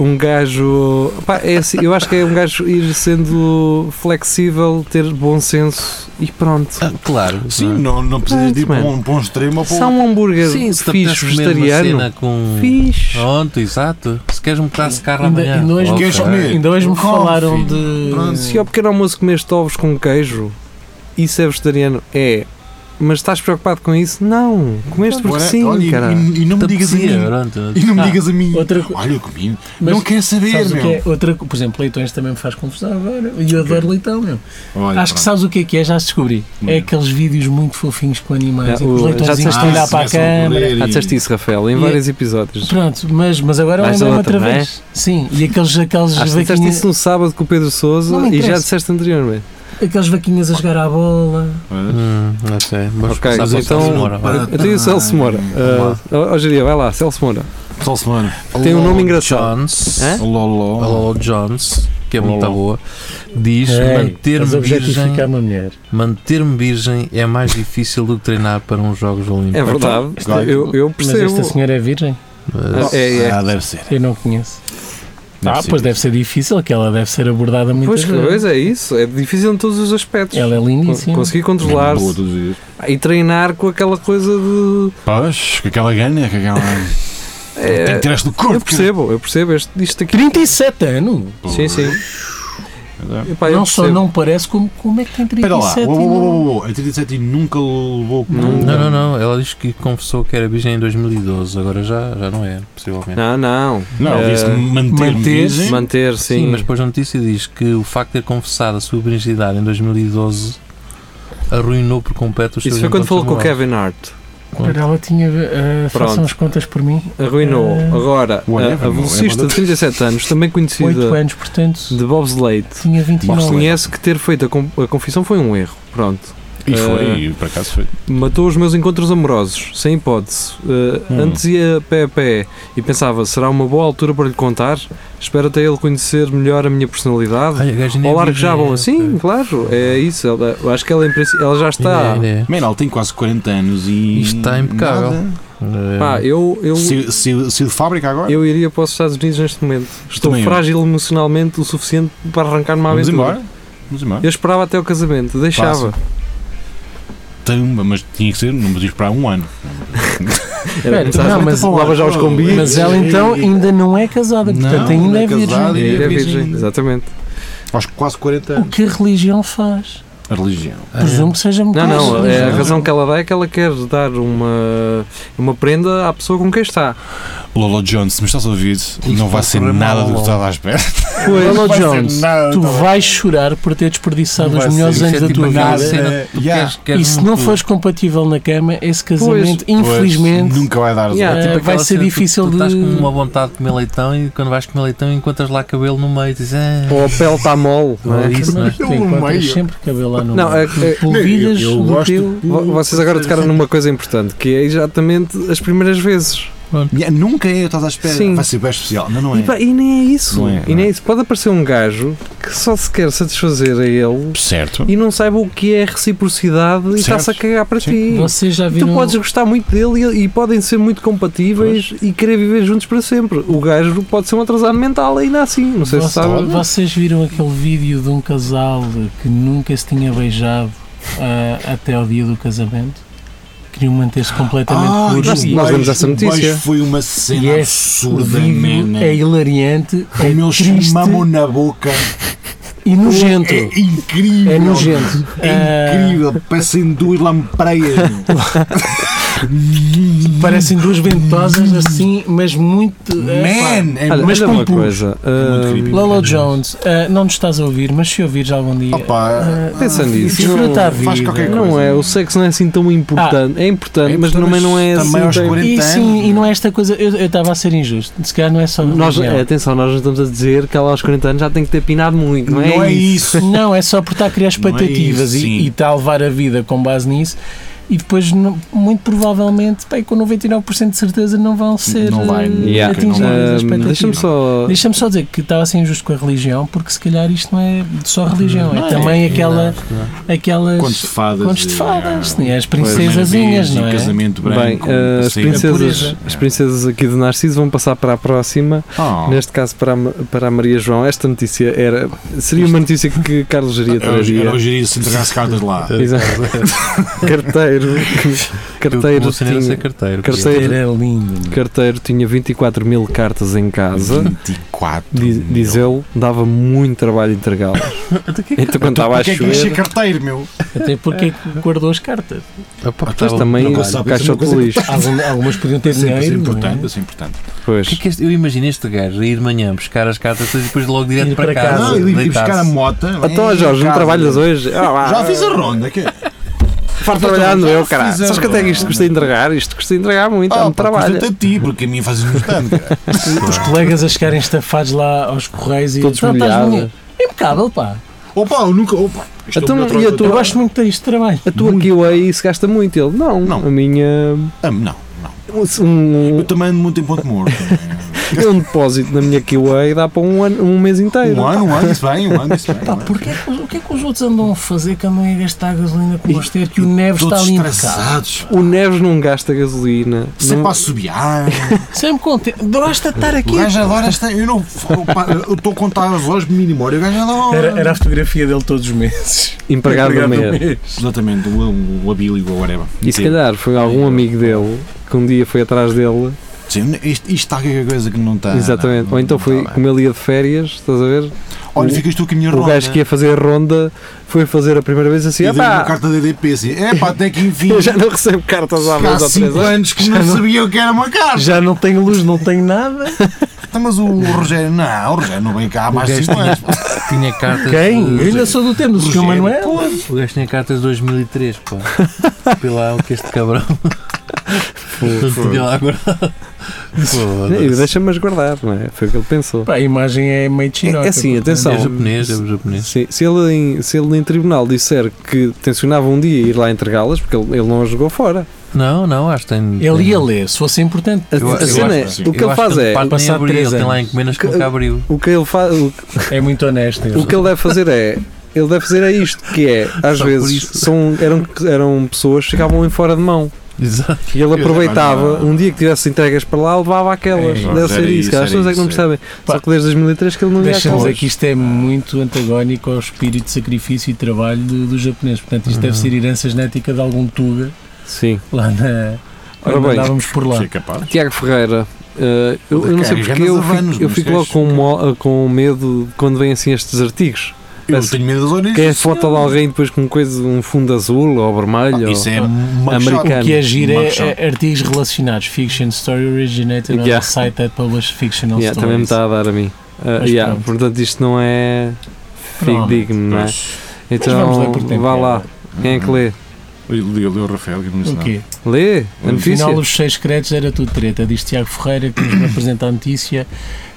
[SPEAKER 3] um gajo. pá, é assim, eu acho que é um gajo ir sendo flexível, ter bom senso e pronto.
[SPEAKER 4] Ah, claro.
[SPEAKER 5] Sim, não, é? não precisas de ir para um, para um extremo ou para
[SPEAKER 3] Se há
[SPEAKER 5] outro.
[SPEAKER 3] um hambúrguer
[SPEAKER 4] Sim, se te apetece
[SPEAKER 3] fixe,
[SPEAKER 4] comer uma
[SPEAKER 3] vegetariano,
[SPEAKER 4] cena com...
[SPEAKER 3] fixe.
[SPEAKER 4] Pronto, exato. Se queres um pedaço de carne
[SPEAKER 6] Ainda,
[SPEAKER 4] amanhã.
[SPEAKER 6] ainda hoje,
[SPEAKER 4] ou
[SPEAKER 5] Queres
[SPEAKER 4] ao
[SPEAKER 5] comer?
[SPEAKER 4] caralho.
[SPEAKER 6] ainda hoje me
[SPEAKER 5] Come,
[SPEAKER 6] falaram
[SPEAKER 5] filho.
[SPEAKER 6] de.
[SPEAKER 5] Pronto.
[SPEAKER 3] Se ao pequeno almoço comeres ovos com queijo, isso é vegetariano? É. Mas estás preocupado com isso? Não. Comeste porque
[SPEAKER 5] Agora,
[SPEAKER 3] sim,
[SPEAKER 5] é? olha, e-
[SPEAKER 3] cara.
[SPEAKER 5] E, e não me
[SPEAKER 4] Te
[SPEAKER 5] digas a
[SPEAKER 4] apetecia,
[SPEAKER 5] mim.
[SPEAKER 4] pronto.
[SPEAKER 5] E não me
[SPEAKER 6] Ah,
[SPEAKER 5] digas a mim.
[SPEAKER 6] outra co-
[SPEAKER 5] Olha, eu comi.
[SPEAKER 6] Mas
[SPEAKER 5] não quer saber,
[SPEAKER 6] Sabes o
[SPEAKER 5] meu.
[SPEAKER 6] que é? Outra, co- por exemplo, leitões também me faz confusão agora. E eu adoro leitão, meu.
[SPEAKER 5] Olha,
[SPEAKER 6] Acho que
[SPEAKER 5] pronto.
[SPEAKER 6] sabes o que é que é, já descobri. É aqueles vídeos muito fofinhos com animais,
[SPEAKER 3] Ah,
[SPEAKER 6] em que os
[SPEAKER 3] o- já
[SPEAKER 6] leitões
[SPEAKER 3] disseste
[SPEAKER 6] estão a olhar para a Ah,
[SPEAKER 5] começam a
[SPEAKER 6] câmera.
[SPEAKER 5] correr.
[SPEAKER 3] Já Ah, disseste isso, Rafael, em
[SPEAKER 6] E-
[SPEAKER 3] vários episódios.
[SPEAKER 6] Pronto, mas, mas agora
[SPEAKER 3] Mais
[SPEAKER 6] lembro-me
[SPEAKER 3] outra,
[SPEAKER 6] outra
[SPEAKER 3] não é?
[SPEAKER 6] vez. Sim, e aqueles, aqueles,
[SPEAKER 3] Acho que Ah, disseste
[SPEAKER 6] vaquinhas,
[SPEAKER 3] isso no sábado com o Pedro Souza
[SPEAKER 6] Não me
[SPEAKER 3] e já
[SPEAKER 6] interessa.
[SPEAKER 3] disseste anteriormente.
[SPEAKER 6] aqueles vaquinhas a jogar à bola.
[SPEAKER 4] Hum, não sei. Vamos
[SPEAKER 3] Ok,
[SPEAKER 4] passar para o
[SPEAKER 3] então-
[SPEAKER 4] próximo hora, vá.
[SPEAKER 3] Eu
[SPEAKER 5] tá.
[SPEAKER 3] tenho o Celso Moura. Uh, hoje vai lá, Celso Moura.
[SPEAKER 5] Só semana.
[SPEAKER 3] Tem um nome
[SPEAKER 4] Lolo
[SPEAKER 3] engraçado.
[SPEAKER 4] Jones.
[SPEAKER 6] É?
[SPEAKER 3] Hã?
[SPEAKER 5] Loló.
[SPEAKER 4] A Lolo Jones, que é muito
[SPEAKER 5] Lolo.
[SPEAKER 4] boa, diz
[SPEAKER 6] mas
[SPEAKER 4] manter-me virgem,
[SPEAKER 6] objetificar uma mulher.
[SPEAKER 4] manter-me virgem é mais difícil do que treinar para uns Jogos
[SPEAKER 3] É
[SPEAKER 4] Olímpicos.
[SPEAKER 3] verdade,
[SPEAKER 5] Então,
[SPEAKER 3] eu, eu
[SPEAKER 6] Mas
[SPEAKER 3] percebo.
[SPEAKER 6] esta senhora é virgem?
[SPEAKER 4] Mas-
[SPEAKER 3] É, é.
[SPEAKER 5] Ah, deve ser.
[SPEAKER 6] Eu não conheço.
[SPEAKER 5] Deve
[SPEAKER 6] ah,
[SPEAKER 5] ser.
[SPEAKER 6] pois deve ser difícil, que ela deve ser abordada muito
[SPEAKER 3] Pois, pois é isso, é difícil em todos os aspectos.
[SPEAKER 6] Ela é
[SPEAKER 3] Con-
[SPEAKER 6] lindíssima.
[SPEAKER 3] Conseguir
[SPEAKER 5] Boa,
[SPEAKER 3] controlar-se
[SPEAKER 5] todos os dias.
[SPEAKER 3] e treinar com aquela coisa de.
[SPEAKER 5] Pois, com aquela ganha, com aquela.
[SPEAKER 3] É,
[SPEAKER 5] Tem que tirar-se do corpo.
[SPEAKER 3] eu percebo, eu percebo este, isto aqui.
[SPEAKER 6] 37 anos?
[SPEAKER 5] cara.
[SPEAKER 3] Sim, sim. Epá, eu
[SPEAKER 6] não só
[SPEAKER 3] percebo.
[SPEAKER 6] não parece, como, como é que tem
[SPEAKER 5] Espera lá,
[SPEAKER 6] 37
[SPEAKER 5] uou,
[SPEAKER 6] e
[SPEAKER 5] uou,
[SPEAKER 6] não-
[SPEAKER 5] uou, uou, a 37 e nunca levou com
[SPEAKER 3] Não.
[SPEAKER 4] Não, não, não. Ela diz que confessou que era virgem em 2012. Agora já, já não é, possivelmente.
[SPEAKER 3] Não, não.
[SPEAKER 5] Não,
[SPEAKER 3] Eh,
[SPEAKER 5] disse manter,
[SPEAKER 6] manter-
[SPEAKER 5] virgem.
[SPEAKER 3] manter, sim.
[SPEAKER 4] Sim, mas depois a notícia diz que o facto de ter confessado a sua virgindade em 2012 arruinou por completo os seus
[SPEAKER 3] Isso foi quando falou com o
[SPEAKER 4] encontros
[SPEAKER 3] Kevin Hart.
[SPEAKER 6] Espera, ela tinha. eh,
[SPEAKER 3] Pronto.
[SPEAKER 6] façam as contas por mim.
[SPEAKER 3] Arruinou.
[SPEAKER 6] Eh,
[SPEAKER 3] Agora,
[SPEAKER 5] whatever,
[SPEAKER 3] a,
[SPEAKER 5] não
[SPEAKER 3] a
[SPEAKER 5] é
[SPEAKER 3] velocista de
[SPEAKER 5] verdade.
[SPEAKER 3] 37 anos, também
[SPEAKER 6] 8
[SPEAKER 3] conhecida
[SPEAKER 6] anos, portanto,
[SPEAKER 3] de bobsleigh,
[SPEAKER 6] tinha 29.
[SPEAKER 3] Reconhece que ter feito a, com- a confissão foi um erro. Pronto.
[SPEAKER 5] E
[SPEAKER 3] Eh,
[SPEAKER 5] foi, e por acaso foi.
[SPEAKER 3] Matou os meus encontros amorosos, sem hipótese. Uh,
[SPEAKER 5] Hum.
[SPEAKER 3] Antes ia a pé a pé e pensava, será uma boa altura para lhe contar? Espero até ele conhecer melhor a minha personalidade.
[SPEAKER 4] Olha, a gaja nem
[SPEAKER 3] Ou
[SPEAKER 4] é
[SPEAKER 3] largo
[SPEAKER 4] virgem,
[SPEAKER 3] já
[SPEAKER 4] é,
[SPEAKER 3] vão assim,
[SPEAKER 4] ok.
[SPEAKER 3] claro. É isso. Ela, eu acho que ela, em princípio- ela já está.
[SPEAKER 4] Ainda é, ainda
[SPEAKER 5] Man, ela tem quase 40 anos e.
[SPEAKER 4] Isto está impecável.
[SPEAKER 5] Nada.
[SPEAKER 4] é. É.
[SPEAKER 3] Pá, eu, eu,
[SPEAKER 5] Saiu- Saiu saiu de fábrica agora?
[SPEAKER 3] eu iria para os Estados Unidos neste momento. Estou
[SPEAKER 5] Também eu.
[SPEAKER 3] frágil emocionalmente o suficiente para arrancar uma
[SPEAKER 5] Vamos
[SPEAKER 3] aventura.
[SPEAKER 5] embora. Vamos embora.
[SPEAKER 3] Eu esperava até o casamento, deixava.
[SPEAKER 5] Tamba, mas tinha que ser, não podíamos esperar um ano.
[SPEAKER 3] Era,
[SPEAKER 6] Espera,
[SPEAKER 3] sabes,
[SPEAKER 6] não, mas-
[SPEAKER 3] lava já os combis.
[SPEAKER 6] Mas ela então ainda não é casada,
[SPEAKER 5] Não,
[SPEAKER 6] portanto ainda
[SPEAKER 5] não
[SPEAKER 6] é
[SPEAKER 5] é casada
[SPEAKER 6] virgem.
[SPEAKER 5] e-
[SPEAKER 3] Era
[SPEAKER 5] é
[SPEAKER 3] virgem,
[SPEAKER 5] virgem.
[SPEAKER 3] exatamente.
[SPEAKER 5] Aos quase 40
[SPEAKER 6] O
[SPEAKER 5] anos.
[SPEAKER 6] que a religião faz?
[SPEAKER 5] a religião.
[SPEAKER 6] Presumo que seja muito
[SPEAKER 3] Não, não, é a razão que ela dá é que ela quer dar uma, uma prenda à pessoa com quem está.
[SPEAKER 5] Lolo Jones, se me estás a ouvir, não vai ser
[SPEAKER 4] programa
[SPEAKER 5] nada do que
[SPEAKER 4] Lolo.
[SPEAKER 5] estava à espera.
[SPEAKER 6] Hello
[SPEAKER 5] Não vai ser
[SPEAKER 6] Jones,
[SPEAKER 5] nada,
[SPEAKER 6] tu
[SPEAKER 5] tá bem.
[SPEAKER 6] vais chorar por ter desperdiçado
[SPEAKER 5] Não
[SPEAKER 6] os
[SPEAKER 5] vai
[SPEAKER 6] melhores
[SPEAKER 5] ser.
[SPEAKER 6] anos
[SPEAKER 4] Isso é
[SPEAKER 6] da
[SPEAKER 4] tipo
[SPEAKER 6] tua
[SPEAKER 4] aquela
[SPEAKER 5] nada.
[SPEAKER 6] vida.
[SPEAKER 4] cena que tu
[SPEAKER 5] Yeah.
[SPEAKER 4] queres- queres
[SPEAKER 6] E se não
[SPEAKER 4] muito.
[SPEAKER 6] fores compatível na cama, esse casamento,
[SPEAKER 5] Pois,
[SPEAKER 6] infelizmente,
[SPEAKER 5] Nunca É, vai dar.
[SPEAKER 3] Yeah.
[SPEAKER 6] eh,
[SPEAKER 4] Tipo
[SPEAKER 6] vai
[SPEAKER 4] aquela
[SPEAKER 6] ser
[SPEAKER 4] cena que tu-
[SPEAKER 6] difícil
[SPEAKER 4] tu,
[SPEAKER 6] de.
[SPEAKER 4] estás com uma vontade de comer leitão e quando vais comer leitão encontras lá cabelo no meio e dizes "Ah,
[SPEAKER 3] Ou a pele está mole, não
[SPEAKER 4] não é
[SPEAKER 3] é?
[SPEAKER 4] isso, não é?
[SPEAKER 6] Tu encontras sempre cabelo lá no
[SPEAKER 3] Não,
[SPEAKER 6] meio.
[SPEAKER 3] é- é-
[SPEAKER 6] Tu polvilhas
[SPEAKER 2] eu- eu
[SPEAKER 6] do
[SPEAKER 2] gosto-
[SPEAKER 6] teu-
[SPEAKER 3] Vo- Vocês agora tocaram numa coisa importante, que é exatamente as primeiras vezes.
[SPEAKER 5] Yeah, nunca é, estás à espera.
[SPEAKER 3] Sim.
[SPEAKER 5] Vai ser bem especial. Não, não
[SPEAKER 3] E,
[SPEAKER 5] é.
[SPEAKER 3] pá, e nem é isso.
[SPEAKER 5] Não é,
[SPEAKER 3] e nem é isso. Pode aparecer um gajo que só se quer satisfazer a ele
[SPEAKER 5] Certo.
[SPEAKER 3] e não saiba o que é reciprocidade e
[SPEAKER 5] Certo.
[SPEAKER 3] está-se a cagar para
[SPEAKER 5] Sim.
[SPEAKER 3] ti.
[SPEAKER 6] Vocês já
[SPEAKER 3] Tu
[SPEAKER 6] viram.
[SPEAKER 3] Então podes gostar muito dele e, e podem ser muito compatíveis e querer viver juntos para sempre. O gajo pode ser um atrasado mental, ainda assim. Não sei se
[SPEAKER 6] Vocês-
[SPEAKER 3] sabe.
[SPEAKER 6] Vocês viram aquele vídeo de um casal que nunca se tinha beijado ah, até ao dia do casamento? Queriam manter-se completamente
[SPEAKER 5] Ah,
[SPEAKER 6] puros.
[SPEAKER 3] nós-
[SPEAKER 6] E-
[SPEAKER 3] nós vimos essa notícia.
[SPEAKER 5] Mas foi uma cena
[SPEAKER 6] E é
[SPEAKER 5] absurda,
[SPEAKER 6] vídeo
[SPEAKER 5] man.
[SPEAKER 6] é hilariante, é
[SPEAKER 5] Como eles se
[SPEAKER 6] triste
[SPEAKER 5] mamam na boca.
[SPEAKER 6] e nojento.
[SPEAKER 5] É incrível.
[SPEAKER 6] É nojento.
[SPEAKER 5] É incrível. Parecem duas lampreias. meu. é.
[SPEAKER 6] Ah, parecem duas ventosas assim, mas muito. ah,
[SPEAKER 5] Man! É
[SPEAKER 3] Olha,
[SPEAKER 5] mas
[SPEAKER 3] mas
[SPEAKER 5] com
[SPEAKER 3] uma
[SPEAKER 5] pulos.
[SPEAKER 3] coisa.
[SPEAKER 5] muito
[SPEAKER 3] hum,
[SPEAKER 5] creepy.
[SPEAKER 6] pá. Lolo Jones, ah, não nos estás a ouvir, mas se ouvires algum dia.
[SPEAKER 5] Opa,
[SPEAKER 6] ah,
[SPEAKER 3] pensa nisso.
[SPEAKER 6] Desfruta a vida.
[SPEAKER 5] Faz qualquer coisa.
[SPEAKER 3] não é, o sexo não é assim tão importante. é importante,
[SPEAKER 5] É
[SPEAKER 3] mas
[SPEAKER 5] importante,
[SPEAKER 3] também não é
[SPEAKER 5] mas
[SPEAKER 3] assim.
[SPEAKER 5] também aos
[SPEAKER 3] tão-
[SPEAKER 5] 40
[SPEAKER 6] E
[SPEAKER 5] anos.
[SPEAKER 6] sim, e não é esta coisa. Eu eu estava a ser injusto. Se calhar não é só.
[SPEAKER 3] Nós,
[SPEAKER 6] religião.
[SPEAKER 3] atenção, nós não estamos a dizer que ela aos 40 anos já tem que ter pinado muito, não é, isso?
[SPEAKER 6] Não, é só por estar a criar
[SPEAKER 5] Não é
[SPEAKER 6] expectativas
[SPEAKER 5] isso,
[SPEAKER 6] e-
[SPEAKER 5] sim.
[SPEAKER 6] e está a levar a vida com base nisso. E depois, não- muito provavelmente, bem, com 99% de certeza, não vão ser
[SPEAKER 5] Não vai,
[SPEAKER 6] eh,
[SPEAKER 5] Yeah.
[SPEAKER 6] atingidas as
[SPEAKER 3] Hum, Deixa-me
[SPEAKER 6] expectativas.
[SPEAKER 3] só.
[SPEAKER 6] Deixa-me só dizer que estava a ser injusto com a religião, porque se calhar isto não é só religião,
[SPEAKER 5] Não
[SPEAKER 6] é
[SPEAKER 5] é.
[SPEAKER 6] também aquela,
[SPEAKER 4] Não, Tipo, não.
[SPEAKER 6] aquelas
[SPEAKER 2] Contos de fadas.
[SPEAKER 6] contos
[SPEAKER 5] eh,
[SPEAKER 6] de fadas,
[SPEAKER 5] é?
[SPEAKER 2] e-
[SPEAKER 6] né? as princesazinhas, não é?
[SPEAKER 5] casamento
[SPEAKER 3] Bem,
[SPEAKER 5] branco.
[SPEAKER 3] eh, as, princesas,
[SPEAKER 6] pureza.
[SPEAKER 3] as princesas aqui de Narciso vão passar para a próxima,
[SPEAKER 5] Oh.
[SPEAKER 3] neste caso para a, Ma- para a Maria João. Esta notícia era, seria uma notícia que Carlos Geria
[SPEAKER 5] Era o
[SPEAKER 3] traria.
[SPEAKER 5] gerir se entregasse cartas lá.
[SPEAKER 3] Exato.
[SPEAKER 5] é.
[SPEAKER 3] Carteiro,
[SPEAKER 4] Eu
[SPEAKER 3] carteiro,
[SPEAKER 4] vou ser
[SPEAKER 3] tinha-
[SPEAKER 4] esse carteiro.
[SPEAKER 3] carteiro.
[SPEAKER 6] Era é lindo. né?
[SPEAKER 3] carteiro tinha 24 mil cartas em casa.
[SPEAKER 5] 24.
[SPEAKER 3] Diz, diz ele, dava muito trabalho entregá-las. então quando estava a
[SPEAKER 5] Porque é que enche
[SPEAKER 3] chover,
[SPEAKER 5] carteiro, meu?
[SPEAKER 6] Até porque é que guardou as cartas.
[SPEAKER 4] Opa,
[SPEAKER 3] mas
[SPEAKER 4] estava-
[SPEAKER 3] também
[SPEAKER 5] Não sabe, isso é uma
[SPEAKER 3] caixote de
[SPEAKER 5] coisa que-
[SPEAKER 3] lixo.
[SPEAKER 6] Algum- Algumas podiam ter
[SPEAKER 5] Sempre, isso é
[SPEAKER 6] dinheiro. não é?
[SPEAKER 5] importante, isso é importante.
[SPEAKER 4] O
[SPEAKER 3] Pois.
[SPEAKER 4] que é que este- eu imagino este gajo a ir de manhã buscar as cartas todas e depois logo direto
[SPEAKER 6] Ir
[SPEAKER 4] para,
[SPEAKER 6] para
[SPEAKER 4] casa.
[SPEAKER 6] casa.
[SPEAKER 5] Não, ele ia
[SPEAKER 4] deitar-se.
[SPEAKER 5] buscar a mota.
[SPEAKER 3] Então,
[SPEAKER 5] em
[SPEAKER 3] Jorge, não
[SPEAKER 5] casa.
[SPEAKER 3] trabalhas hoje? Ah, vá.
[SPEAKER 5] Já fiz a ronda, que
[SPEAKER 3] Farto trabalhando, eu, caralho.
[SPEAKER 5] fiz a
[SPEAKER 3] Sabes quanto é que isto custa entregar? Isto custa entregar muito,
[SPEAKER 5] Ah,
[SPEAKER 3] há muito
[SPEAKER 5] pá,
[SPEAKER 3] trabalho.
[SPEAKER 5] custa-te a ti, porque a minha fazes-me tanto. cara.
[SPEAKER 6] Os colegas a chegarem estafados lá aos correios e
[SPEAKER 3] Todos
[SPEAKER 6] "Não, estás
[SPEAKER 3] molhados."
[SPEAKER 6] bonito." É impecável, pá.
[SPEAKER 5] Opa, eu nunca. Opa, isto é
[SPEAKER 3] Então,
[SPEAKER 5] o meu
[SPEAKER 3] e a
[SPEAKER 5] troço.
[SPEAKER 6] Eu
[SPEAKER 3] tua-
[SPEAKER 6] gosto muito deste trabalho.
[SPEAKER 3] A tua QA se gasta muito. Ele, não,
[SPEAKER 5] Não.
[SPEAKER 3] a minha.
[SPEAKER 5] Ah, Não, não.
[SPEAKER 3] Um,
[SPEAKER 5] Eu também ando muito em ponto morto.
[SPEAKER 3] um depósito na minha QA dá para um, ano, um mês inteiro.
[SPEAKER 5] Um ano, um ano, isso bem, um ano, isso bem. um ano.
[SPEAKER 6] Porquê, que os- o que é que os outros andam a fazer que andam a gastar gasolina com gosto que o Neves está
[SPEAKER 5] Todos
[SPEAKER 6] ali impecável?
[SPEAKER 5] estressados.
[SPEAKER 3] O Neves não gasta gasolina.
[SPEAKER 5] Sempre
[SPEAKER 3] não-
[SPEAKER 5] a assobiar.
[SPEAKER 6] Sempre contente. Gosta de estar
[SPEAKER 5] O
[SPEAKER 6] aqui.
[SPEAKER 5] gajo adora esta. Eu não. opa, eu estou a contar as horas mínimo. Olha, o gajo adora.
[SPEAKER 6] a fotografia dele todos os meses.
[SPEAKER 3] empregado do mês.
[SPEAKER 5] Exatamente, um, o, o abílio ou whatever.
[SPEAKER 3] E se calhar foi algum amigo dele que um dia foi atrás dele.
[SPEAKER 5] Sim, isto, isto está qualquer coisa que não está.
[SPEAKER 3] exatamente.
[SPEAKER 5] não,
[SPEAKER 3] Ou então
[SPEAKER 5] não
[SPEAKER 3] foi,
[SPEAKER 5] está Tá, bem.
[SPEAKER 3] como ele ia de férias, estás a ver?
[SPEAKER 5] Olha,
[SPEAKER 3] o-
[SPEAKER 5] ficas tu com a minha
[SPEAKER 3] O
[SPEAKER 5] ronda.
[SPEAKER 3] gajo que ia fazer a ronda foi fazer a primeira vez assim:
[SPEAKER 5] E
[SPEAKER 3] ah
[SPEAKER 5] dei uma
[SPEAKER 3] pá,
[SPEAKER 5] carta da DDP assim. É pá, até que enfim.
[SPEAKER 3] eu já não recebo cartas há
[SPEAKER 5] Há
[SPEAKER 3] mais ou
[SPEAKER 5] 5
[SPEAKER 3] três anos.
[SPEAKER 5] anos que não sabia o que era uma carta.
[SPEAKER 6] Já não tenho luz, não tenho nada.
[SPEAKER 5] Então, Mas o Rogério, não, o Rogério não vem cá há mais
[SPEAKER 4] gajo
[SPEAKER 5] 5 anos.
[SPEAKER 4] Tinha cartas.
[SPEAKER 6] é. Quem? Eu
[SPEAKER 4] de-
[SPEAKER 6] ainda sou do tempo do Sr.
[SPEAKER 5] Rogério,
[SPEAKER 6] Manuel.
[SPEAKER 4] O gajo tinha cartas de 2003, pá. Pilar, o que este cabrão. Tinha lá agora. é
[SPEAKER 3] Não,
[SPEAKER 4] Foda-se.
[SPEAKER 3] Deixa-me as guardar, não é? Foi o que ele pensou.
[SPEAKER 6] Pá, a imagem é meio chinoca.
[SPEAKER 3] É, é assim, atenção.
[SPEAKER 6] Então,
[SPEAKER 4] É japonês, é japonês.
[SPEAKER 3] Se, se ele em, se ele em tribunal disser que tencionava um dia ir lá entregá-las, porque ele, ele não as jogou fora.
[SPEAKER 4] Não, não, acho que tem.
[SPEAKER 6] Ele ia ler, se fosse importante.
[SPEAKER 3] A,
[SPEAKER 4] Eu-
[SPEAKER 3] a
[SPEAKER 4] eu
[SPEAKER 3] cena é,
[SPEAKER 5] acho que sim.
[SPEAKER 3] o que ele faz é,
[SPEAKER 6] passar
[SPEAKER 4] Passar
[SPEAKER 6] três
[SPEAKER 4] ele tem lá
[SPEAKER 6] anos.
[SPEAKER 4] encomendas que
[SPEAKER 3] Que-
[SPEAKER 4] nunca abriu.
[SPEAKER 3] o que ele faz, o,
[SPEAKER 6] É muito honesto.
[SPEAKER 3] o que ele deve fazer é, ele deve fazer é isto, que é, às
[SPEAKER 4] Só por
[SPEAKER 3] vezes
[SPEAKER 4] isso.
[SPEAKER 3] são, eram, eram pessoas que ficavam em fora de mão
[SPEAKER 4] Exato.
[SPEAKER 3] e
[SPEAKER 5] Eu
[SPEAKER 3] ele aproveitava,
[SPEAKER 5] também não-
[SPEAKER 3] um dia que tivesse entregas para lá, levava aquelas.
[SPEAKER 5] É,
[SPEAKER 3] deve
[SPEAKER 5] era
[SPEAKER 3] ser isso,
[SPEAKER 5] isso,
[SPEAKER 3] cara. As
[SPEAKER 5] era
[SPEAKER 3] pessoas é que não
[SPEAKER 5] isso, é.
[SPEAKER 3] percebem. Só que desde 2003 que ele não ia
[SPEAKER 6] Deixa-me
[SPEAKER 3] àquelas.
[SPEAKER 6] dizer que isto é muito antagónico ao espírito de sacrifício e trabalho de- dos japoneses. Portanto, isto
[SPEAKER 3] Uhum.
[SPEAKER 6] deve ser herança genética de algum Tuga
[SPEAKER 3] Sim.
[SPEAKER 6] lá na.
[SPEAKER 3] Ora
[SPEAKER 6] quando
[SPEAKER 3] bem.
[SPEAKER 6] andávamos por lá.
[SPEAKER 5] Sim, é capaz.
[SPEAKER 3] Tiago Ferreira. eh, eu, eu não sei
[SPEAKER 5] Carregas
[SPEAKER 3] porque eu
[SPEAKER 5] nas
[SPEAKER 3] fico,
[SPEAKER 5] Havanas,
[SPEAKER 3] eu
[SPEAKER 5] mas
[SPEAKER 3] fico logo
[SPEAKER 5] queres-
[SPEAKER 3] com, mo- com medo de quando vêm assim estes artigos.
[SPEAKER 5] Eu
[SPEAKER 4] Assim,
[SPEAKER 5] tenho medo das orelhas.
[SPEAKER 3] Que é a foto de alguém depois com coisa, um fundo azul ou vermelho.
[SPEAKER 5] Isso
[SPEAKER 3] ou...
[SPEAKER 5] é
[SPEAKER 3] americano.
[SPEAKER 5] americano.
[SPEAKER 3] Bacana.
[SPEAKER 6] O que é giro é,
[SPEAKER 5] Mugshot.
[SPEAKER 6] é artigos relacionados. Fiction story originated on
[SPEAKER 3] Yeah.
[SPEAKER 6] a site that publishes fictional
[SPEAKER 3] Yeah, também me
[SPEAKER 6] stories.
[SPEAKER 3] está a dar a mim. Ah,
[SPEAKER 6] Mas
[SPEAKER 3] yeah,
[SPEAKER 6] pronto.
[SPEAKER 3] portanto, isto não é
[SPEAKER 6] Pronto.
[SPEAKER 3] digno, não é?
[SPEAKER 6] Então, vamos ler
[SPEAKER 3] Então,
[SPEAKER 6] por tempo,
[SPEAKER 3] vá
[SPEAKER 6] é.
[SPEAKER 3] lá. Quem é que lê?
[SPEAKER 5] Eu li eu li o Rafael que não disse
[SPEAKER 6] O
[SPEAKER 5] nada.
[SPEAKER 6] quê?
[SPEAKER 3] Lê a
[SPEAKER 6] No
[SPEAKER 3] notícia.
[SPEAKER 6] final, os seis créditos era tudo treta. Diz Tiago Ferreira, que nos apresenta a notícia.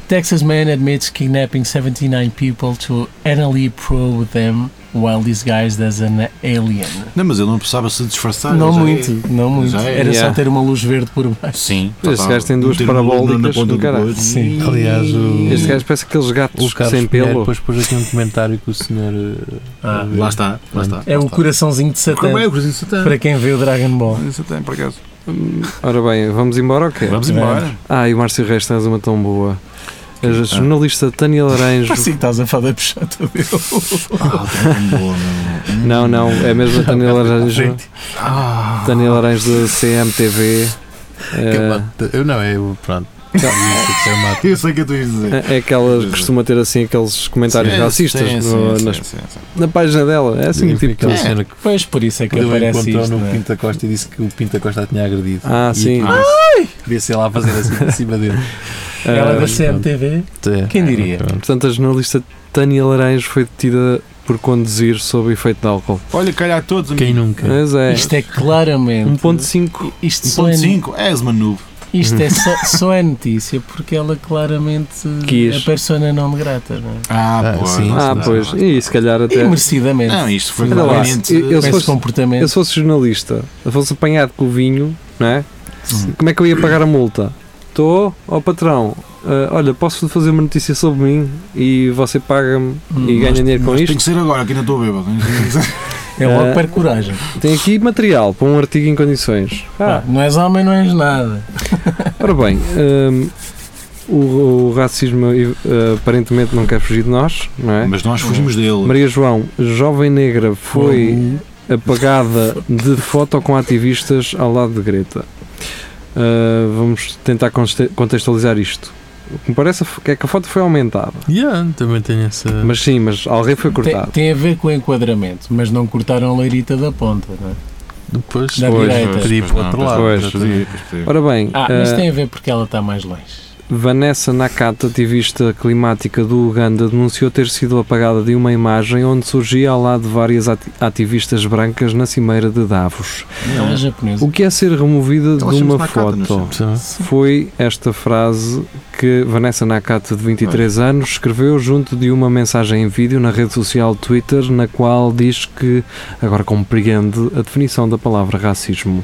[SPEAKER 6] Texas man admits kidnapping 79 people to anally probe them while disguised as an alien.
[SPEAKER 2] Não, mas ele não precisava se disfarçar.
[SPEAKER 6] não
[SPEAKER 2] já é-
[SPEAKER 6] muito, não muito.
[SPEAKER 2] já é.
[SPEAKER 6] Era
[SPEAKER 3] Yeah.
[SPEAKER 6] só ter uma luz verde por baixo.
[SPEAKER 5] Sim.
[SPEAKER 3] Este
[SPEAKER 5] Tá,
[SPEAKER 3] é, gajo tem
[SPEAKER 5] tá.
[SPEAKER 3] duas
[SPEAKER 5] Meter uma luz
[SPEAKER 3] parabólicas um
[SPEAKER 5] na ponta
[SPEAKER 3] do caralho.
[SPEAKER 5] dedo.
[SPEAKER 6] Sim.
[SPEAKER 4] Aliás, o-
[SPEAKER 3] Este gajo parece aqueles gatos
[SPEAKER 4] O Carlos
[SPEAKER 3] sem
[SPEAKER 4] Pinheiro
[SPEAKER 3] pelo.
[SPEAKER 4] depois pôs aqui um comentário que o senhor. eh,
[SPEAKER 2] Ah, lá está, lá está.
[SPEAKER 6] É o coraçãozinho de
[SPEAKER 2] Como é
[SPEAKER 6] Satã.
[SPEAKER 2] o Cruzinho Satã?
[SPEAKER 6] Para quem vê o Dragon Ball.
[SPEAKER 5] Isso tem, por acaso.
[SPEAKER 3] Hum, Ora bem, vamos embora ou quê?
[SPEAKER 5] É, Vamos embora.
[SPEAKER 3] Ah, e o Márcio Reis tens uma tão boa.
[SPEAKER 6] é
[SPEAKER 3] A jornalista Tânia Laranjo.
[SPEAKER 6] Parece que Ah, estás a falar da puxada
[SPEAKER 2] Ah, tão bom, meu. Hum.
[SPEAKER 3] Não, não, é mesmo a Tânia Laranjo.
[SPEAKER 2] Ah,
[SPEAKER 3] Tânia Laranjo da CMTV.
[SPEAKER 4] que
[SPEAKER 3] Eh,
[SPEAKER 4] mata- Eu não, é o. Pronto. Isso é uma-
[SPEAKER 2] eu sei o que tu ias dizer.
[SPEAKER 3] É é que ela costuma ter assim aqueles comentários racistas
[SPEAKER 5] É, Sim,
[SPEAKER 3] no-
[SPEAKER 5] sim,
[SPEAKER 3] nas-
[SPEAKER 5] sim, sim, sim.
[SPEAKER 3] na página dela. É assim o
[SPEAKER 4] Dignifica
[SPEAKER 3] tipo de
[SPEAKER 4] aquela cena que
[SPEAKER 6] Pois por isso é que
[SPEAKER 4] deu
[SPEAKER 6] aparece
[SPEAKER 4] encontrou
[SPEAKER 6] isto.
[SPEAKER 4] no
[SPEAKER 6] não é?
[SPEAKER 4] Pinta Costa e disse que o Pinta Costa a tinha agredido.
[SPEAKER 3] Ah,
[SPEAKER 4] E
[SPEAKER 3] sim.
[SPEAKER 4] por isso Queria ser lá a fazer assim para cima dele.
[SPEAKER 6] Ela
[SPEAKER 3] Ah,
[SPEAKER 6] da CMTV. Quem diria?
[SPEAKER 4] É, Pronto.
[SPEAKER 3] Portanto, a jornalista Tânia Laranjo foi detida por conduzir sob efeito de álcool.
[SPEAKER 5] Olha, calhar todos,
[SPEAKER 4] Quem
[SPEAKER 5] amigo.
[SPEAKER 4] nunca?
[SPEAKER 3] Mas é.
[SPEAKER 6] Isto é claramente.
[SPEAKER 3] 1.5.
[SPEAKER 6] Isto, só é,
[SPEAKER 5] 1.5, és uma nube.
[SPEAKER 6] isto é só, só é notícia porque ela claramente
[SPEAKER 3] Quis.
[SPEAKER 6] a persona não grata. Não é?
[SPEAKER 5] Ah,
[SPEAKER 4] Ah,
[SPEAKER 5] pois.
[SPEAKER 4] sim.
[SPEAKER 3] Ah,
[SPEAKER 5] não,
[SPEAKER 3] pois.
[SPEAKER 5] não.
[SPEAKER 3] E se calhar até.
[SPEAKER 6] E É merecidamente.
[SPEAKER 5] Não, isto foi
[SPEAKER 3] Olha lá,
[SPEAKER 5] claramente.
[SPEAKER 3] eu- eu-
[SPEAKER 6] com
[SPEAKER 3] se
[SPEAKER 6] esse
[SPEAKER 3] fosse-
[SPEAKER 6] comportamento.
[SPEAKER 3] Eu se fosse jornalista, eu fosse apanhado com o vinho, não é? Como é que eu ia pagar a multa? Estou, ó patrão, ah, olha, posso fazer uma notícia sobre mim e você paga-me
[SPEAKER 6] Hum,
[SPEAKER 3] e ganha dinheiro com
[SPEAKER 5] Mas Tem
[SPEAKER 3] isto?
[SPEAKER 5] que ser agora, que ainda estou bêbado.
[SPEAKER 6] É logo
[SPEAKER 3] Ah.
[SPEAKER 6] para coragem.
[SPEAKER 3] Tem aqui material para um artigo em condições. Ah,
[SPEAKER 6] Pá, não és homem, não és nada.
[SPEAKER 3] Ora bem, hum, o, o racismo eh, aparentemente não quer fugir de nós, não é?
[SPEAKER 5] Mas nós fugimos dele.
[SPEAKER 3] Maria João, jovem negra, foi apagada de foto com ativistas ao lado de Greta. Ah, vamos tentar conste- contextualizar isto. O que me parece é que a foto foi aumentada.
[SPEAKER 4] Yeah, também tenho essa.
[SPEAKER 2] Ah.
[SPEAKER 3] Mas sim, mas alguém foi
[SPEAKER 6] Tem,
[SPEAKER 3] cortado.
[SPEAKER 6] tem a ver com o enquadramento, mas não cortaram a leirita da ponta. Não é?
[SPEAKER 4] Depois
[SPEAKER 6] Da
[SPEAKER 4] pois,
[SPEAKER 6] direita.
[SPEAKER 4] podia ir para o outro lado.
[SPEAKER 3] pois,
[SPEAKER 4] exatamente.
[SPEAKER 3] Ora bem,
[SPEAKER 6] Ah,
[SPEAKER 3] ah,
[SPEAKER 6] mas tem a ver porque ela está mais longe.
[SPEAKER 3] Vanessa Nakata, ativista climática do Uganda, denunciou ter sido apagada de uma imagem onde surgia ao lado de várias ati- ativistas brancas na cimeira de Davos.
[SPEAKER 6] Não, é japonesa.
[SPEAKER 3] O que é ser removida
[SPEAKER 2] Ela
[SPEAKER 3] de uma
[SPEAKER 2] chama-se Nakata, não
[SPEAKER 3] foto?
[SPEAKER 4] Sim.
[SPEAKER 3] Foi esta frase que Vanessa Nakata, de 23 anos, escreveu junto de uma mensagem em vídeo na rede social Twitter, na qual diz que agora compreende a definição da palavra racismo.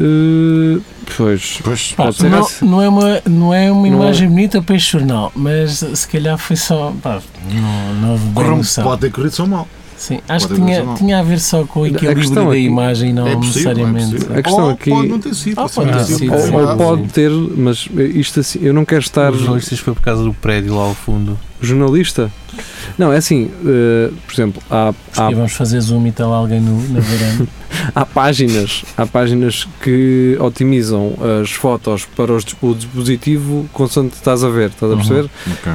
[SPEAKER 3] Eh, pois,
[SPEAKER 5] Pois,
[SPEAKER 6] Pá,
[SPEAKER 3] pode ser
[SPEAKER 6] não,
[SPEAKER 3] essa.
[SPEAKER 6] não é uma, não é uma
[SPEAKER 3] Não
[SPEAKER 6] imagem bonita para este jornal, mas se calhar foi só. Pá, não, não houve bem
[SPEAKER 2] corram-
[SPEAKER 6] noção.
[SPEAKER 2] pode ter corrido só mal.
[SPEAKER 6] Sim, acho que
[SPEAKER 2] pode haver
[SPEAKER 6] tinha,
[SPEAKER 2] noção.
[SPEAKER 6] tinha a ver só com o
[SPEAKER 3] A
[SPEAKER 6] equilíbrio
[SPEAKER 3] questão
[SPEAKER 6] da
[SPEAKER 3] é que-
[SPEAKER 6] imagem e não
[SPEAKER 5] é possível. É
[SPEAKER 6] necessariamente.
[SPEAKER 5] possível.
[SPEAKER 3] A questão
[SPEAKER 5] Ou
[SPEAKER 3] aqui-
[SPEAKER 5] Pode não ter sido.
[SPEAKER 6] Ah, pode
[SPEAKER 4] ter
[SPEAKER 5] não
[SPEAKER 4] sido,
[SPEAKER 3] Ou,
[SPEAKER 4] sim.
[SPEAKER 3] ou pode ter, mas isto assim, eu não quero estar
[SPEAKER 4] assim. Os jornalistas foi por causa do prédio lá ao fundo.
[SPEAKER 3] jornalista. Não, é assim, eh, por exemplo, há, há,
[SPEAKER 6] E vamos fazer zoom e está lá alguém no, na varanda.
[SPEAKER 3] há páginas, há páginas que otimizam as fotos para os, dis- o dispositivo consoante estás a ver, estás a
[SPEAKER 6] Uhum.
[SPEAKER 3] perceber?
[SPEAKER 5] Ok.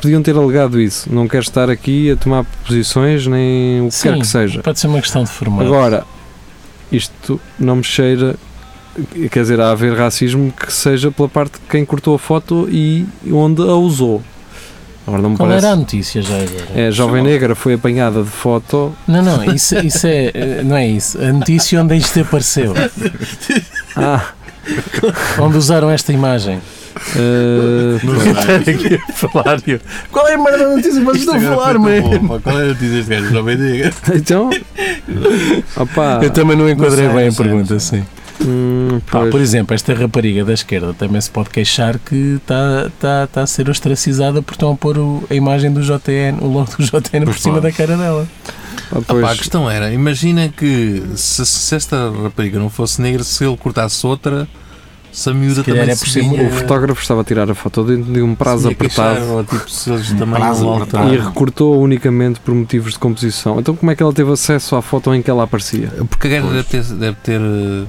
[SPEAKER 3] Podiam ter alegado isso, não quero estar aqui a tomar posições nem o que quer
[SPEAKER 6] Sim.
[SPEAKER 3] que seja.
[SPEAKER 6] Pode ser uma questão de formato.
[SPEAKER 3] Agora, isto não me cheira. Quer dizer, há haver racismo que seja pela parte de quem cortou a foto e onde a usou. Agora não me
[SPEAKER 6] Qual
[SPEAKER 3] parece.
[SPEAKER 6] era a notícia já agora?
[SPEAKER 3] É, jovem negra foi apanhada de foto.
[SPEAKER 6] Não, não, isso, isso é. eh, Não é isso. A notícia onde isto apareceu.
[SPEAKER 3] Ah,
[SPEAKER 6] Onde usaram esta imagem.
[SPEAKER 3] eh,
[SPEAKER 6] é,
[SPEAKER 5] Ah,
[SPEAKER 4] falar eu. é
[SPEAKER 6] Qual é a merda da notícia? Mas estou a falar, mano.
[SPEAKER 4] Qual é a notícia deste gajo? Jovem Negra.
[SPEAKER 3] então. Opa.
[SPEAKER 6] Eu também não enquadrei
[SPEAKER 5] Não sei,
[SPEAKER 6] bem
[SPEAKER 5] não
[SPEAKER 6] a
[SPEAKER 5] sei,
[SPEAKER 6] pergunta,
[SPEAKER 5] não sei.
[SPEAKER 6] sim.
[SPEAKER 3] Hum,
[SPEAKER 6] Então, Pá,
[SPEAKER 3] pois.
[SPEAKER 6] por exemplo, esta rapariga da esquerda também se pode queixar que está tá, tá a ser ostracizada por estão a pôr o- a imagem do JN, o logo do JN por
[SPEAKER 5] Pois claro.
[SPEAKER 6] cima da cara dela.
[SPEAKER 3] Ah,
[SPEAKER 4] Ah, pá, a
[SPEAKER 3] pois.
[SPEAKER 4] questão era, imagina que se, se esta rapariga não fosse negra, se ele cortasse outra, se a miúda
[SPEAKER 6] Se calhar
[SPEAKER 4] também
[SPEAKER 6] é por
[SPEAKER 4] se
[SPEAKER 6] ser
[SPEAKER 4] vinha,
[SPEAKER 6] mulher.
[SPEAKER 3] O fotógrafo estava a tirar a foto dentro de um prazo
[SPEAKER 4] se vinha queixar,
[SPEAKER 3] apertado
[SPEAKER 4] ou, tipo, se eles também
[SPEAKER 5] prazo
[SPEAKER 4] iam lá
[SPEAKER 5] apertado.
[SPEAKER 4] lutar.
[SPEAKER 3] e recortou unicamente por motivos de composição. Então, como é que ela teve acesso à foto em que ela aparecia?
[SPEAKER 4] Porque a guerra deve ter, deve ter, eh,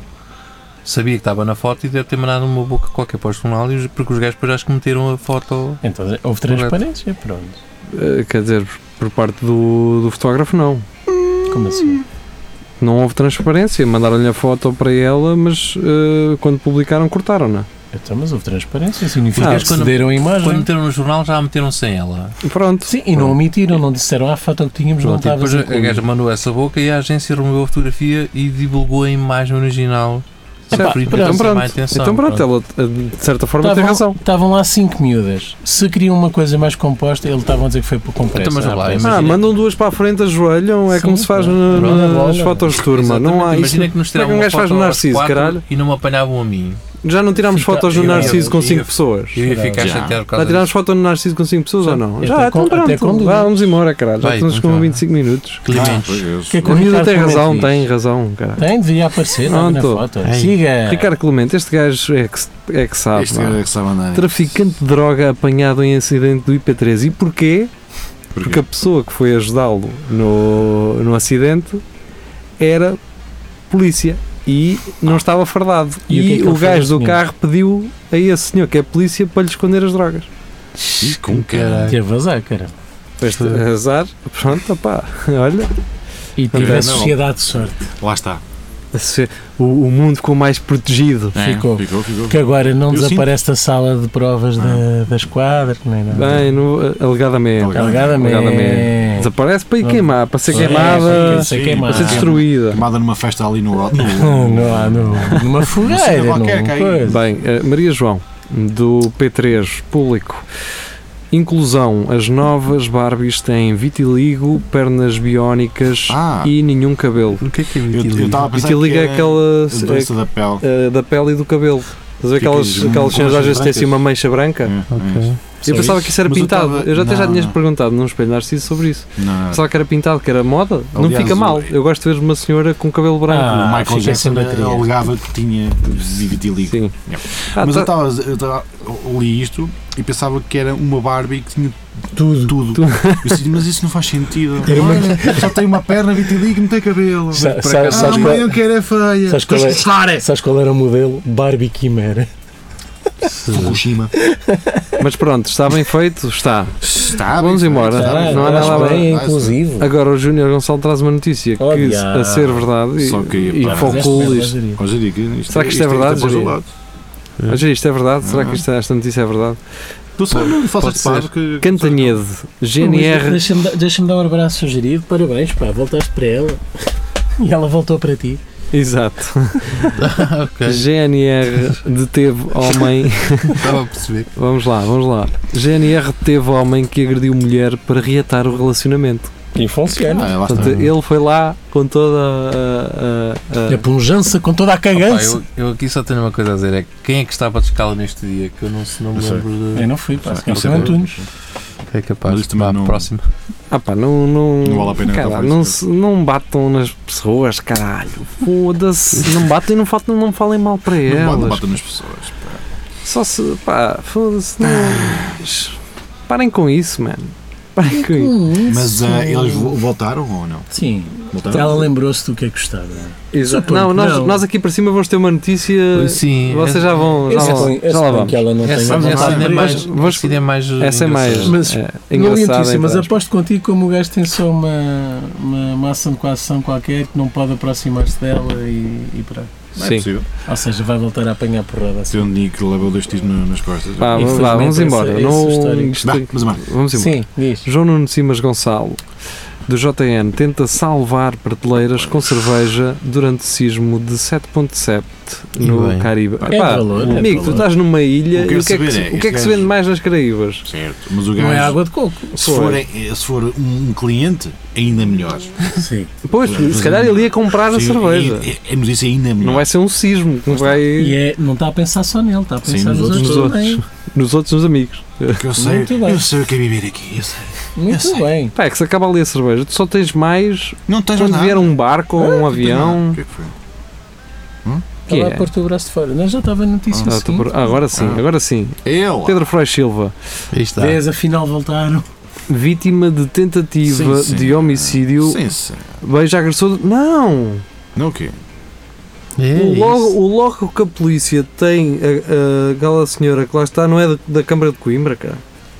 [SPEAKER 4] sabia que estava na foto e deve ter mandado uma boca qualquer para o jornal e os- porque os gajos depois acho que meteram a foto.
[SPEAKER 6] Então
[SPEAKER 4] Correto.
[SPEAKER 6] houve transparência, pronto.
[SPEAKER 3] eh, quer dizer, por parte do, do fotógrafo, não.
[SPEAKER 6] Como assim?
[SPEAKER 3] Não houve transparência. Mandaram-lhe a foto para ela, mas eh, quando publicaram, cortaram-na.
[SPEAKER 6] Então, mas houve transparência, significa
[SPEAKER 3] Ah,
[SPEAKER 6] que cederam a
[SPEAKER 4] Quando
[SPEAKER 6] imagem.
[SPEAKER 4] meteram no jornal já a meteram sem ela.
[SPEAKER 3] Pronto.
[SPEAKER 6] Sim, e não omitiram, não disseram, ah, a foto que tínhamos não
[SPEAKER 4] Pronto, e
[SPEAKER 6] estava
[SPEAKER 4] Tipo, depois
[SPEAKER 6] assim
[SPEAKER 4] a
[SPEAKER 6] como-
[SPEAKER 4] gaja mandou essa boca e a agência removeu a fotografia e divulgou a imagem original.
[SPEAKER 6] Epá,
[SPEAKER 4] Sofri
[SPEAKER 6] pronto.
[SPEAKER 3] Então
[SPEAKER 4] sem má
[SPEAKER 3] pronto,
[SPEAKER 4] intenção,
[SPEAKER 3] então pronto,
[SPEAKER 4] pronto. Tá
[SPEAKER 3] ela eh, de certa forma tem
[SPEAKER 6] Estavam-
[SPEAKER 3] razão.
[SPEAKER 6] Estavam lá cinco miúdas. Se queriam uma coisa mais composta, eles estavam a dizer que foi por compressa.
[SPEAKER 4] Então, mas lá,
[SPEAKER 6] Ah, pá,
[SPEAKER 4] mas-
[SPEAKER 3] Ah,
[SPEAKER 4] Imagina-
[SPEAKER 3] mandam duas para a frente, ajoelham, é
[SPEAKER 6] Sim,
[SPEAKER 3] como se faz
[SPEAKER 6] pá.
[SPEAKER 3] na-
[SPEAKER 6] Rola,
[SPEAKER 3] nas
[SPEAKER 6] rola.
[SPEAKER 3] fotos de turma. Não há
[SPEAKER 4] Exatamente,
[SPEAKER 3] isso.
[SPEAKER 4] Imagina que nos
[SPEAKER 3] como é que
[SPEAKER 4] tiravam
[SPEAKER 3] um
[SPEAKER 4] uma
[SPEAKER 3] gajo faz
[SPEAKER 4] foto aos
[SPEAKER 3] Narciso,
[SPEAKER 4] quatro
[SPEAKER 3] caralho?
[SPEAKER 4] e não me apanhavam a mim.
[SPEAKER 3] Já não tirámos
[SPEAKER 6] Fica-
[SPEAKER 3] fotos do
[SPEAKER 6] eu ia-
[SPEAKER 3] Narciso com
[SPEAKER 4] eu
[SPEAKER 3] 5
[SPEAKER 4] ia-
[SPEAKER 3] pessoas?
[SPEAKER 4] Eu ia
[SPEAKER 6] Caralho.
[SPEAKER 4] ficar
[SPEAKER 6] Já.
[SPEAKER 4] chateado por
[SPEAKER 3] Já
[SPEAKER 4] causa
[SPEAKER 3] tirámos foto no Narciso com 5 pessoas
[SPEAKER 6] Sim.
[SPEAKER 3] ou não?
[SPEAKER 6] Até
[SPEAKER 3] Já,
[SPEAKER 6] com-
[SPEAKER 3] então
[SPEAKER 6] até com
[SPEAKER 3] pronto.
[SPEAKER 6] duas.
[SPEAKER 3] Vá, vamos embora, caralho. Já
[SPEAKER 4] Vai,
[SPEAKER 3] estamos com
[SPEAKER 4] vamos lá.
[SPEAKER 3] 25 minutos.
[SPEAKER 4] Clementes.
[SPEAKER 6] O que é que
[SPEAKER 3] O Miúdo
[SPEAKER 6] Ricardo
[SPEAKER 3] tem
[SPEAKER 6] Clemente
[SPEAKER 3] razão,
[SPEAKER 6] diz?
[SPEAKER 3] tem razão, caralho.
[SPEAKER 6] Tem, é. devia aparecer estava na
[SPEAKER 3] Pronto.
[SPEAKER 6] foto.
[SPEAKER 4] Ei.
[SPEAKER 6] Siga.
[SPEAKER 3] Ricardo Clemente, este gajo é que, é que sabe.
[SPEAKER 5] Este
[SPEAKER 3] vá.
[SPEAKER 5] gajo é que sabe andar.
[SPEAKER 3] Traficante de droga apanhado em acidente do IP3. E porquê? Porque a pessoa que foi ajudá-lo no, no acidente era polícia e não estava fardado.
[SPEAKER 6] E o que é
[SPEAKER 3] E,
[SPEAKER 6] que
[SPEAKER 3] o,
[SPEAKER 6] ele fez
[SPEAKER 3] gajo
[SPEAKER 6] ao
[SPEAKER 3] do
[SPEAKER 6] senhor?
[SPEAKER 3] carro pediu a esse senhor, que é polícia, para lhe esconder as drogas.
[SPEAKER 4] Ih, com caralho.
[SPEAKER 6] Teve azar, cara.
[SPEAKER 3] Este eh, azar, pronto, opá, olha.
[SPEAKER 6] E teve
[SPEAKER 3] Não.
[SPEAKER 6] a sociedade de sorte.
[SPEAKER 5] Lá está.
[SPEAKER 3] Se- O, o mundo ficou mais protegido.
[SPEAKER 5] É,
[SPEAKER 6] Ficou.
[SPEAKER 5] Ficou, ficou.
[SPEAKER 6] Que agora não
[SPEAKER 5] Eu
[SPEAKER 6] desaparece da sala de provas da, da esquadra, nem nada.
[SPEAKER 3] Bem, no, alegadamente.
[SPEAKER 6] Alegadamente.
[SPEAKER 3] Alegadamente. Desaparece para ir
[SPEAKER 6] Não.
[SPEAKER 3] queimar, para ser
[SPEAKER 6] É,
[SPEAKER 3] queimada,
[SPEAKER 6] para ser
[SPEAKER 5] sim,
[SPEAKER 6] queimada.
[SPEAKER 3] para ser
[SPEAKER 5] Ah.
[SPEAKER 3] destruída.
[SPEAKER 5] Queimada numa festa ali no alto.
[SPEAKER 6] Não, não há, não. Numa fogueira,
[SPEAKER 5] Não
[SPEAKER 6] numa
[SPEAKER 5] sei, qualquer
[SPEAKER 6] coisa.
[SPEAKER 3] Bem, eh, Maria João, do P3 Público. Inclusão: as novas Barbies têm vitiligo, pernas biónicas
[SPEAKER 5] Ah,
[SPEAKER 3] e nenhum cabelo.
[SPEAKER 4] O que é que é
[SPEAKER 5] eu
[SPEAKER 4] vitiligo?
[SPEAKER 5] estava a pensar
[SPEAKER 3] Vitiligo
[SPEAKER 5] que
[SPEAKER 3] é
[SPEAKER 5] era
[SPEAKER 3] aquela
[SPEAKER 5] a doença
[SPEAKER 6] é
[SPEAKER 5] da pele.
[SPEAKER 3] eh, da pele e do cabelo. Estás a ver
[SPEAKER 5] Fica
[SPEAKER 3] aquelas,
[SPEAKER 5] com
[SPEAKER 3] aquelas cenas às
[SPEAKER 5] manchas
[SPEAKER 3] vezes têm assim
[SPEAKER 5] brancas.
[SPEAKER 3] uma mancha branca?
[SPEAKER 5] É, é
[SPEAKER 4] Ok.
[SPEAKER 3] Eu pensava que isso era
[SPEAKER 5] Mas eu
[SPEAKER 3] pintado.
[SPEAKER 5] tava-
[SPEAKER 3] Eu já até já
[SPEAKER 5] não,
[SPEAKER 3] tinhas
[SPEAKER 5] não.
[SPEAKER 3] perguntado num espelho narciso sobre isso.
[SPEAKER 5] isso. Não,
[SPEAKER 3] Pensava que era pintado, que era moda. não
[SPEAKER 5] Aliás,
[SPEAKER 3] fica mal.
[SPEAKER 5] o-
[SPEAKER 3] Eu gosto de ver uma senhora com cabelo branco.
[SPEAKER 6] Ah,
[SPEAKER 5] o Michael
[SPEAKER 6] fiquei
[SPEAKER 5] Jackson
[SPEAKER 6] sem bateria.
[SPEAKER 5] alegava que tinha vitiligo.
[SPEAKER 3] Sim.
[SPEAKER 5] Yeah.
[SPEAKER 3] Ah,
[SPEAKER 5] Mas eu
[SPEAKER 3] tá-
[SPEAKER 5] estava, eu estava, eu li isto e pensava que era uma Barbie que tinha tudo. Eu disse, mas isso não faz sentido.
[SPEAKER 6] Era uma-
[SPEAKER 5] Olha, Só tem uma perna vitiligo e não tem cabelo.
[SPEAKER 6] Sa-
[SPEAKER 5] Por
[SPEAKER 6] sa-
[SPEAKER 5] acaso-
[SPEAKER 6] sabes
[SPEAKER 5] ah,
[SPEAKER 6] qual-
[SPEAKER 5] mas eu quero é feia.
[SPEAKER 6] sabes qual é? Sabes qual era o modelo? Barbie Quimera.
[SPEAKER 5] Fukushima.
[SPEAKER 3] Mas pronto, está bem feito? Está.
[SPEAKER 5] Está
[SPEAKER 3] Vamos
[SPEAKER 5] bem,
[SPEAKER 3] embora.
[SPEAKER 5] está bem,
[SPEAKER 3] não há
[SPEAKER 5] está bem,
[SPEAKER 3] nada
[SPEAKER 6] bem,
[SPEAKER 5] está bem.
[SPEAKER 6] inclusivo.
[SPEAKER 3] Agora o Júnior Gonçalo traz uma notícia
[SPEAKER 6] Oh,
[SPEAKER 3] que,
[SPEAKER 6] diabo.
[SPEAKER 3] a ser verdade,
[SPEAKER 5] Só queria
[SPEAKER 3] e, e
[SPEAKER 5] parar.
[SPEAKER 3] focou isto.
[SPEAKER 6] Mas
[SPEAKER 5] Ó, Jerico, isto
[SPEAKER 3] Será que isto é verdade,
[SPEAKER 5] pôs ao
[SPEAKER 3] Jerico?
[SPEAKER 5] lado.
[SPEAKER 3] Mas isto é verdade? Será que
[SPEAKER 5] Uhum.
[SPEAKER 3] isto- esta notícia é verdade?
[SPEAKER 5] Tu só não faças
[SPEAKER 4] pode
[SPEAKER 5] de
[SPEAKER 4] ser.
[SPEAKER 5] par que.
[SPEAKER 3] Cantanhede, GNR.
[SPEAKER 6] Deixa-me dar- deixa-me dar um abraço sugerido. Parabéns, pá. Voltaste para ela. E ela voltou para ti.
[SPEAKER 3] Exato.
[SPEAKER 4] Ok.
[SPEAKER 3] GNR deteve homem.
[SPEAKER 4] Estava a perceber.
[SPEAKER 3] Vamos lá, vamos lá. GNR deteve homem que agrediu mulher para reatar o relacionamento.
[SPEAKER 6] E funciona.
[SPEAKER 5] Ah, lá está.
[SPEAKER 3] Portanto, ele foi lá com toda a. a- a-
[SPEAKER 6] A punjança É com toda a
[SPEAKER 4] Opa,
[SPEAKER 6] cagança.
[SPEAKER 4] eu, eu aqui só tenho uma coisa a dizer: é que quem é que estava de escala neste dia? Que eu não, se não É. me
[SPEAKER 5] Eu sei.
[SPEAKER 4] lembro de.
[SPEAKER 6] Eu não fui, pá.
[SPEAKER 5] Eu sei.
[SPEAKER 6] É São Antunes.
[SPEAKER 4] É
[SPEAKER 5] Mas
[SPEAKER 4] capaz.
[SPEAKER 5] isto também
[SPEAKER 4] Vá,
[SPEAKER 5] não-
[SPEAKER 4] próximo.
[SPEAKER 3] Ah pá, não. Não,
[SPEAKER 5] Não vale a pena
[SPEAKER 3] cara,
[SPEAKER 5] entrar por
[SPEAKER 3] não,
[SPEAKER 5] isso.
[SPEAKER 3] se- não batam nas pessoas, caralho. Foda-se. Não batem e não, faltam, não falem mal para
[SPEAKER 5] Não bate-
[SPEAKER 3] elas.
[SPEAKER 5] bate nas pessoas. pá.
[SPEAKER 3] Só se. pá, foda-se. Não. Parem com isso, mano. Parem com isso.
[SPEAKER 4] Hum,
[SPEAKER 5] Mas ah, eles vo- voltaram ou não?
[SPEAKER 6] Sim.
[SPEAKER 4] Tá.
[SPEAKER 5] Voltaram?
[SPEAKER 6] Ela lembrou-se do que é que gostava.
[SPEAKER 3] Exato.
[SPEAKER 6] Suponho
[SPEAKER 3] Não,
[SPEAKER 6] que
[SPEAKER 3] nós,
[SPEAKER 6] não.
[SPEAKER 3] nós aqui para cima vamos ter uma notícia.
[SPEAKER 4] Sim.
[SPEAKER 3] Eh,
[SPEAKER 4] é
[SPEAKER 3] Vocês já vão. Já, vão, já lá vamos.
[SPEAKER 6] ela não
[SPEAKER 4] Essa,
[SPEAKER 5] tenho
[SPEAKER 4] essa
[SPEAKER 5] vontade
[SPEAKER 4] ainda é
[SPEAKER 5] de-
[SPEAKER 4] mais.
[SPEAKER 3] Mas-
[SPEAKER 4] Essa ainda é mais.
[SPEAKER 3] Essa é mais.
[SPEAKER 6] Mas-
[SPEAKER 3] é,
[SPEAKER 6] Não li a
[SPEAKER 3] engraçada. então.
[SPEAKER 6] notícia, mas é
[SPEAKER 3] entre aspas.
[SPEAKER 6] aposto contigo como o gajo tem só uma, uma, uma ação de coação qualquer que não pode aproximar-se dela e, e pronto.
[SPEAKER 5] Não é
[SPEAKER 3] Sim.
[SPEAKER 5] possível.
[SPEAKER 6] Ou seja, vai voltar a apanhar porrada assim.
[SPEAKER 5] Seu
[SPEAKER 4] um-
[SPEAKER 5] Nick levou dois tiros na- nas costas. Vá,
[SPEAKER 3] Pá,
[SPEAKER 6] Infelizmente,
[SPEAKER 3] vamos lá, vamos
[SPEAKER 6] essa-
[SPEAKER 3] embora.
[SPEAKER 6] essa
[SPEAKER 3] não,
[SPEAKER 6] história-
[SPEAKER 3] isto-
[SPEAKER 5] mas mano,
[SPEAKER 4] um
[SPEAKER 3] vamos embora.
[SPEAKER 6] Sim, diz.
[SPEAKER 3] João Nuno Simas Gonçalo, do JN, tenta salvar prateleiras com cerveja durante sismo de 7.7
[SPEAKER 4] E
[SPEAKER 3] no
[SPEAKER 4] bem.
[SPEAKER 3] Caribe.
[SPEAKER 6] É de
[SPEAKER 3] Epá,
[SPEAKER 6] valor, é de
[SPEAKER 3] amigo, tu
[SPEAKER 6] valor.
[SPEAKER 3] estás numa ilha
[SPEAKER 5] O que
[SPEAKER 3] e
[SPEAKER 5] eu
[SPEAKER 3] o que é que,
[SPEAKER 5] saber
[SPEAKER 3] se-
[SPEAKER 5] é,
[SPEAKER 3] o que, é
[SPEAKER 5] este
[SPEAKER 3] que se
[SPEAKER 5] gajo-
[SPEAKER 3] vende mais nas Caraíbas?
[SPEAKER 5] certo, mas o
[SPEAKER 6] Não é
[SPEAKER 5] gajo.
[SPEAKER 6] água de coco.
[SPEAKER 5] Se for, eh, se for um um cliente, ainda melhor.
[SPEAKER 6] Sim.
[SPEAKER 3] Pois, se calhar ele ia comprar a
[SPEAKER 5] Sim,
[SPEAKER 3] cerveja.
[SPEAKER 5] e- e- Mas isso ainda melhor.
[SPEAKER 3] Não vai ser um sismo, que vai
[SPEAKER 6] E é, não está a pensar só nele, está a
[SPEAKER 5] Sim,
[SPEAKER 6] pensar
[SPEAKER 5] nos
[SPEAKER 6] nos,
[SPEAKER 5] outros
[SPEAKER 6] outros,
[SPEAKER 3] todos.
[SPEAKER 6] também.
[SPEAKER 3] nos outros nos amigos.
[SPEAKER 5] Porque eu sei,
[SPEAKER 6] Muito bem.
[SPEAKER 5] eu sei o que é viver aqui. Eu sei.
[SPEAKER 6] Muito
[SPEAKER 5] sei.
[SPEAKER 6] bem.
[SPEAKER 3] Pá, é que se acaba ali a cerveja, tu só tens mais
[SPEAKER 5] Não tens mais
[SPEAKER 3] quando
[SPEAKER 5] nada.
[SPEAKER 3] vier um barco ou um avião.
[SPEAKER 5] O que é que foi?
[SPEAKER 3] Que
[SPEAKER 6] Está lá
[SPEAKER 3] é?
[SPEAKER 6] a pôr-te o braço de fora. Não, já estava a notícia
[SPEAKER 3] Ah,
[SPEAKER 6] assim.
[SPEAKER 3] tu por- ah, agora sim,
[SPEAKER 5] Ah.
[SPEAKER 3] agora sim.
[SPEAKER 5] Eu!
[SPEAKER 3] Pedro Freire Silva.
[SPEAKER 4] Aí está.
[SPEAKER 6] Vês, afinal voltaram.
[SPEAKER 3] vítima de tentativa
[SPEAKER 5] Sim, sim.
[SPEAKER 3] de homicídio,
[SPEAKER 5] Sim, sim.
[SPEAKER 3] beija agressor. Não!
[SPEAKER 5] Não o quê?
[SPEAKER 4] É
[SPEAKER 3] o,
[SPEAKER 4] isso.
[SPEAKER 3] logo, o logo que a polícia tem, a, a gala senhora que lá está, não é da, da Câmara de Coimbra, cara.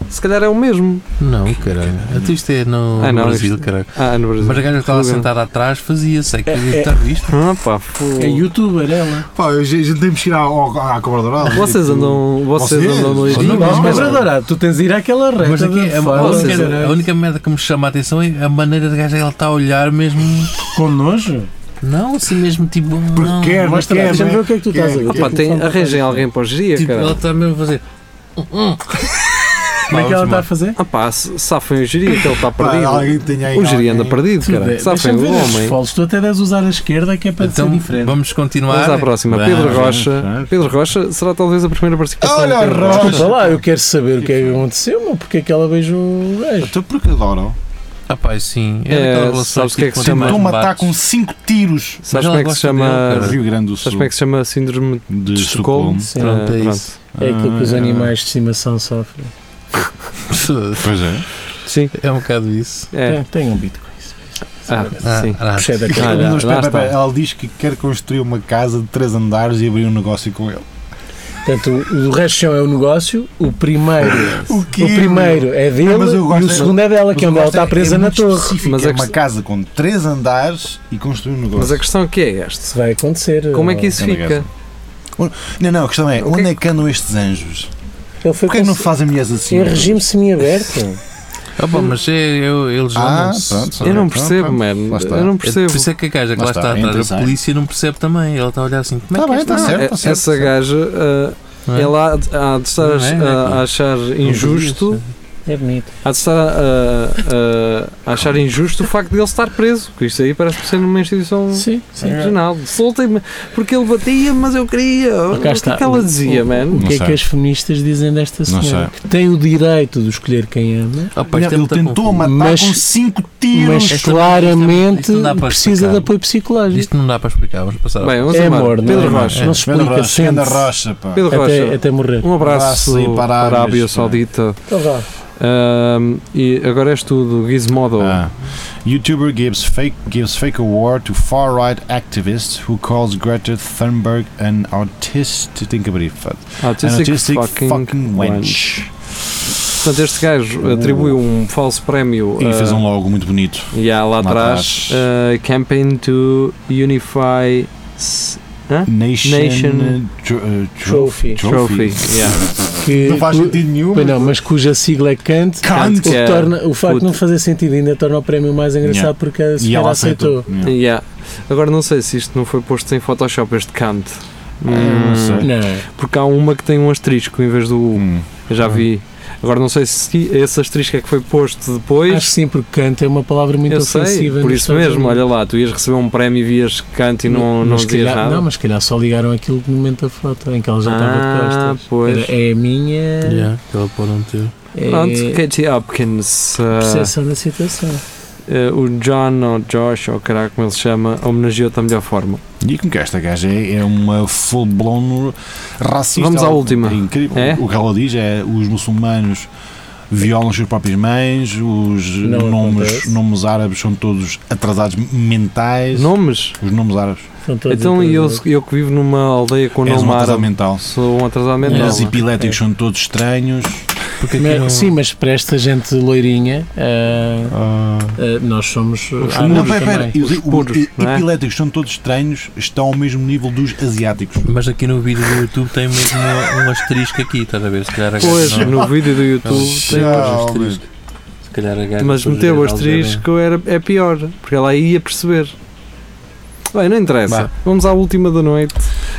[SPEAKER 3] Se calhar é o mesmo.
[SPEAKER 4] Não, caralho. Até isto é no,
[SPEAKER 3] Ah,
[SPEAKER 4] no
[SPEAKER 3] não,
[SPEAKER 4] Brasil,
[SPEAKER 3] isto-
[SPEAKER 4] caralho.
[SPEAKER 3] Ah, no Brasil.
[SPEAKER 4] Mas a gaja que estava
[SPEAKER 3] Ruga.
[SPEAKER 4] sentada atrás fazia-se. É que
[SPEAKER 6] É, é.
[SPEAKER 4] está visto.
[SPEAKER 3] Ah, pá, fogo.
[SPEAKER 6] É youtuber ela.
[SPEAKER 2] Pá, a gente tem que ir à, à, Tipo, à Cobra Dourada.
[SPEAKER 3] Vocês andam. Vocês
[SPEAKER 2] Vocês?
[SPEAKER 3] andam no
[SPEAKER 2] Vocês
[SPEAKER 3] Egito,
[SPEAKER 4] não,
[SPEAKER 6] Mas,
[SPEAKER 4] não,
[SPEAKER 3] mas-
[SPEAKER 6] mas adorado, tu tens de ir àquela reta
[SPEAKER 2] tá
[SPEAKER 4] Mas aqui é
[SPEAKER 6] de
[SPEAKER 4] a, a
[SPEAKER 6] fora, é
[SPEAKER 3] vocês-
[SPEAKER 4] única, a
[SPEAKER 6] caralho.
[SPEAKER 4] única merda que me chama a atenção é a maneira da gaja ela está a olhar mesmo.
[SPEAKER 6] Com nojo?
[SPEAKER 4] Não, assim mesmo, tipo. não.
[SPEAKER 2] Porque quer, mas
[SPEAKER 6] Mostra,
[SPEAKER 2] quer.
[SPEAKER 6] deixa-me ver o que é que tu
[SPEAKER 2] quer,
[SPEAKER 6] estás a ver.
[SPEAKER 2] quer.
[SPEAKER 6] O que é
[SPEAKER 3] Opa,
[SPEAKER 6] que tu
[SPEAKER 3] ah, tem,
[SPEAKER 6] fazes?
[SPEAKER 3] arranjem alguém para os dias,
[SPEAKER 4] Tipo, ela
[SPEAKER 3] cara.
[SPEAKER 4] está mesmo a fazer.
[SPEAKER 6] Como é que ela está a fazer?
[SPEAKER 3] Ah, pá, se- safem o geria, que ele está
[SPEAKER 2] Pá, alguém
[SPEAKER 3] perdido.
[SPEAKER 2] tem aí
[SPEAKER 3] O geria Um anda
[SPEAKER 2] alguém.
[SPEAKER 3] perdido, cara. Safem
[SPEAKER 6] Deixa-me
[SPEAKER 3] é o
[SPEAKER 6] ver estes
[SPEAKER 3] homem.
[SPEAKER 6] folos. Tu até deves usar a esquerda que é para
[SPEAKER 4] Então,
[SPEAKER 6] ser diferente.
[SPEAKER 4] vamos continuar.
[SPEAKER 3] Vamos à próxima.
[SPEAKER 4] Vamos.
[SPEAKER 3] Pedro Rocha.
[SPEAKER 5] vamos.
[SPEAKER 3] Pedro Rocha será talvez a primeira participação.
[SPEAKER 2] Olha,
[SPEAKER 3] do Pedro Rocha.
[SPEAKER 2] Rocha.
[SPEAKER 6] Desculpa lá, eu quero saber o que é que aconteceu, mas porque é que ela beijou o gajo?
[SPEAKER 5] Então,
[SPEAKER 2] Até porque adoram.
[SPEAKER 4] Ah, pá, sim. É,
[SPEAKER 3] É,
[SPEAKER 4] daquela relação
[SPEAKER 3] sabes o que é que se
[SPEAKER 4] quando
[SPEAKER 3] chama?
[SPEAKER 4] mais
[SPEAKER 2] Estou a matar
[SPEAKER 4] bates.
[SPEAKER 2] com 5 tiros.
[SPEAKER 3] Sabes
[SPEAKER 4] Mas
[SPEAKER 3] como
[SPEAKER 4] ela
[SPEAKER 3] é que se
[SPEAKER 4] gosta dele,
[SPEAKER 3] chama.
[SPEAKER 4] cara.
[SPEAKER 5] Rio Grande do Sul.
[SPEAKER 3] Sabes como é que se chama a síndrome
[SPEAKER 5] De
[SPEAKER 3] de Estocolmo?
[SPEAKER 5] Estocolmo.
[SPEAKER 6] Sim.
[SPEAKER 3] Ah,
[SPEAKER 4] Pronto, é
[SPEAKER 3] pronto.
[SPEAKER 4] isso.
[SPEAKER 6] É aquilo que os
[SPEAKER 5] Ah,
[SPEAKER 6] animais de estimação sofrem.
[SPEAKER 5] Pois é.
[SPEAKER 3] Sim,
[SPEAKER 4] É um bocado isso.
[SPEAKER 3] é.
[SPEAKER 6] Tem- Tem um bit com isso.
[SPEAKER 3] Ah,
[SPEAKER 4] Ah,
[SPEAKER 3] sim.
[SPEAKER 4] ah,
[SPEAKER 6] Puxa, é da
[SPEAKER 3] Ah,
[SPEAKER 6] cara.
[SPEAKER 3] lá-
[SPEAKER 2] Mas espera,
[SPEAKER 3] lá
[SPEAKER 2] espera,
[SPEAKER 3] está.
[SPEAKER 2] Ela diz que quer construir uma casa de 3 andares e abrir um negócio com ele.
[SPEAKER 6] Portanto, o o resto chão é o negócio, o primeiro, é
[SPEAKER 2] O
[SPEAKER 6] o primeiro é dele
[SPEAKER 2] Mas eu
[SPEAKER 6] e
[SPEAKER 2] gosto-
[SPEAKER 6] o segundo é dela, que é onde ela está presa na torre.
[SPEAKER 3] Mas
[SPEAKER 2] Mas
[SPEAKER 3] a
[SPEAKER 2] é uma
[SPEAKER 3] questão-
[SPEAKER 2] casa com 3 andares e construir um negócio.
[SPEAKER 3] Mas a questão que é esta.
[SPEAKER 6] Isso vai acontecer.
[SPEAKER 3] Como é que isso
[SPEAKER 4] Ah.
[SPEAKER 5] Anda,
[SPEAKER 3] fica?
[SPEAKER 2] Não, não, a questão é,
[SPEAKER 3] O que é
[SPEAKER 2] onde é que andam estes anjos?
[SPEAKER 6] Ele foi
[SPEAKER 2] Porquê que não
[SPEAKER 6] conce-
[SPEAKER 2] fazem mulheres assim?
[SPEAKER 6] em regime semi-aberto.
[SPEAKER 4] Ah, pá, mas é, eu, eles já
[SPEAKER 2] Ah,
[SPEAKER 4] não
[SPEAKER 2] pronto,
[SPEAKER 4] são-
[SPEAKER 3] Eu não
[SPEAKER 5] Então,
[SPEAKER 3] percebo,
[SPEAKER 5] pronto.
[SPEAKER 3] mano.
[SPEAKER 5] Lá está.
[SPEAKER 3] Eu não
[SPEAKER 4] É, Por
[SPEAKER 3] percebo.
[SPEAKER 4] isso é que a gaja que
[SPEAKER 5] Lá
[SPEAKER 4] lá
[SPEAKER 5] está,
[SPEAKER 4] está
[SPEAKER 5] entra e
[SPEAKER 4] atrás, a
[SPEAKER 5] sai.
[SPEAKER 4] polícia não percebe também. Ela está a olhar assim,
[SPEAKER 2] Tá
[SPEAKER 4] como é
[SPEAKER 5] Está
[SPEAKER 4] que
[SPEAKER 5] bem,
[SPEAKER 4] é
[SPEAKER 5] está
[SPEAKER 4] esta-
[SPEAKER 5] certo,
[SPEAKER 3] É-
[SPEAKER 5] está certo.
[SPEAKER 3] Essa gaja ah,
[SPEAKER 4] não é?
[SPEAKER 3] ela há de- há de estar
[SPEAKER 4] Não é, não né? é
[SPEAKER 3] a-
[SPEAKER 4] aqui.
[SPEAKER 3] a achar injusto
[SPEAKER 6] É bonito.
[SPEAKER 3] há de estar a- a- a achar injusto o facto de ele estar preso. que Isto aí parece ser numa instituição
[SPEAKER 6] Sim,
[SPEAKER 3] É.
[SPEAKER 6] sim.
[SPEAKER 3] regional. Soltem-me, porque ele batia, mas eu queria. O que
[SPEAKER 6] Cá
[SPEAKER 3] é
[SPEAKER 6] está.
[SPEAKER 3] que ela dizia,
[SPEAKER 6] O
[SPEAKER 3] mano?
[SPEAKER 6] que
[SPEAKER 5] Não
[SPEAKER 6] é
[SPEAKER 5] sei.
[SPEAKER 6] que as feministas dizem desta
[SPEAKER 5] Não
[SPEAKER 6] senhora? Que tem o direito de escolher quem ama,
[SPEAKER 4] Ah, pá,
[SPEAKER 2] Não,
[SPEAKER 4] isto é
[SPEAKER 2] ele
[SPEAKER 4] muita
[SPEAKER 2] tentou
[SPEAKER 4] confusão.
[SPEAKER 2] matar
[SPEAKER 6] Mas-
[SPEAKER 2] com 5 tiros.
[SPEAKER 6] mas
[SPEAKER 4] Esta-
[SPEAKER 6] claramente
[SPEAKER 4] isto não dá para
[SPEAKER 6] precisa
[SPEAKER 4] explicar.
[SPEAKER 6] de apoio psicológico.
[SPEAKER 4] Isto não dá para explicar, vamos passar. ao-
[SPEAKER 3] Bem, vamos
[SPEAKER 6] É
[SPEAKER 3] embora.
[SPEAKER 6] amor, não
[SPEAKER 3] Pedro
[SPEAKER 6] é?
[SPEAKER 3] Rocha.
[SPEAKER 6] Não
[SPEAKER 4] É.
[SPEAKER 6] se
[SPEAKER 2] Ganda
[SPEAKER 6] explica,
[SPEAKER 2] rocha, ganda
[SPEAKER 6] sente-se.
[SPEAKER 2] rocha, pá.
[SPEAKER 3] Pedro
[SPEAKER 6] Até,
[SPEAKER 3] Rocha.
[SPEAKER 6] até morrer.
[SPEAKER 3] Um abraço né?
[SPEAKER 2] abraço aí para a
[SPEAKER 3] para a
[SPEAKER 2] Arábia,
[SPEAKER 3] Arábia
[SPEAKER 2] isto,
[SPEAKER 3] Saudita.
[SPEAKER 6] Então vá.
[SPEAKER 3] Ahm, e agora és tu do Gizmodo.
[SPEAKER 5] Ah. YouTuber gives fake gives fake award to far right activist who calls Greta Thunberg an autistic. Tem que abrir. foda. An
[SPEAKER 3] Autistic,
[SPEAKER 5] autistic
[SPEAKER 3] é fucking,
[SPEAKER 5] é fucking,
[SPEAKER 3] wench.
[SPEAKER 5] wench.
[SPEAKER 3] Portanto, este gajo atribuiu um falso prémio
[SPEAKER 5] E fez
[SPEAKER 3] ah,
[SPEAKER 5] um logo muito bonito.
[SPEAKER 3] e há
[SPEAKER 5] lá
[SPEAKER 3] lá atrás
[SPEAKER 5] atrás.
[SPEAKER 3] ah, Campaign to Unify S-
[SPEAKER 5] Nation,
[SPEAKER 3] Nation
[SPEAKER 5] tro- uh, tro-
[SPEAKER 6] Trophy.
[SPEAKER 3] Trophy.
[SPEAKER 5] Trophy.
[SPEAKER 3] Yeah.
[SPEAKER 6] Que,
[SPEAKER 2] Não faz
[SPEAKER 6] cu-
[SPEAKER 2] sentido nenhum.
[SPEAKER 6] pois não, mas cuja sigla é Kant.
[SPEAKER 3] Kant,
[SPEAKER 6] O, que
[SPEAKER 3] que é-
[SPEAKER 6] torna, o facto de não
[SPEAKER 3] puto.
[SPEAKER 6] fazer sentido ainda torna o prémio mais engraçado
[SPEAKER 5] Yeah.
[SPEAKER 6] porque a
[SPEAKER 5] E
[SPEAKER 6] senhora
[SPEAKER 5] ela aceitou.
[SPEAKER 6] aceitou.
[SPEAKER 5] Yeah.
[SPEAKER 3] Yeah. Agora não sei se isto não foi posto em Photoshop, este canto.
[SPEAKER 5] não sei.
[SPEAKER 6] Não,
[SPEAKER 3] porque há uma que tem um asterisco em vez do U.
[SPEAKER 5] Hum.
[SPEAKER 3] Eu já vi. Agora não sei se esse asterisco é que foi posto
[SPEAKER 6] acho
[SPEAKER 3] depois.
[SPEAKER 6] que sim, porque Kant é uma palavra muito
[SPEAKER 3] eu sei,
[SPEAKER 6] ofensiva.
[SPEAKER 3] por
[SPEAKER 6] nos
[SPEAKER 3] isso
[SPEAKER 6] Estados
[SPEAKER 3] mesmo, olha
[SPEAKER 6] Unidos.
[SPEAKER 3] lá, tu ias receber um prémio e vias canto e não, não
[SPEAKER 6] mas se
[SPEAKER 3] dizias
[SPEAKER 6] calhar,
[SPEAKER 3] nada.
[SPEAKER 6] Não, mas se calhar só ligaram aquilo no momento da foto em que ela já
[SPEAKER 3] Ah,
[SPEAKER 6] estava de costas.
[SPEAKER 3] pois.
[SPEAKER 6] Era, é a minha
[SPEAKER 4] Yeah, que ela pode não ter.
[SPEAKER 6] é,
[SPEAKER 3] Pronto, Katie Hopkins, ah,
[SPEAKER 6] percepção da situação.
[SPEAKER 3] ah, o John ou Josh, ou caralho como ele se chama, homenageou da melhor forma.
[SPEAKER 5] E como que esta gaja é, é uma full-blown racista.
[SPEAKER 3] Vamos à última.
[SPEAKER 5] É incrível.
[SPEAKER 3] É?
[SPEAKER 5] O que ela diz é os muçulmanos violam as suas próprias mães, os
[SPEAKER 6] Não
[SPEAKER 5] nomes,
[SPEAKER 6] acontece.
[SPEAKER 5] nomes árabes são todos atrasados mentais.
[SPEAKER 3] Nomes?
[SPEAKER 5] Os nomes árabes.
[SPEAKER 6] São todos é.
[SPEAKER 3] Então e eu,
[SPEAKER 6] atrasados.
[SPEAKER 3] eu que vivo numa aldeia com o
[SPEAKER 5] És
[SPEAKER 3] nome
[SPEAKER 5] um atrasado
[SPEAKER 3] árabe,
[SPEAKER 5] mental.
[SPEAKER 3] sou um atrasado mental.
[SPEAKER 5] Os epiléticos são todos estranhos.
[SPEAKER 4] Porque
[SPEAKER 6] Mas-
[SPEAKER 4] aqui não...
[SPEAKER 6] Sim, mas para esta gente loirinha, ah, ah, nós somos árabes
[SPEAKER 5] não, pera, pera.
[SPEAKER 6] também.
[SPEAKER 5] E Os, os
[SPEAKER 3] puros, não é?
[SPEAKER 5] epiléticos são todos estranhos, estão ao mesmo nível dos asiáticos.
[SPEAKER 4] Mas aqui no vídeo do YouTube tem mesmo um, um asterisco aqui, estás a ver? Se calhar a gaja
[SPEAKER 3] Pois,
[SPEAKER 4] não-
[SPEAKER 3] no vídeo do YouTube tem
[SPEAKER 4] Não,
[SPEAKER 3] um
[SPEAKER 4] mas-
[SPEAKER 3] asterisco.
[SPEAKER 4] se calhar a gaja
[SPEAKER 3] Mas
[SPEAKER 4] É, depois
[SPEAKER 3] meter o
[SPEAKER 4] deve- deve-
[SPEAKER 3] asterisco era, é pior, porque ela aí ia perceber. Bem, não interessa.
[SPEAKER 4] Vá.
[SPEAKER 3] Vamos à última da noite.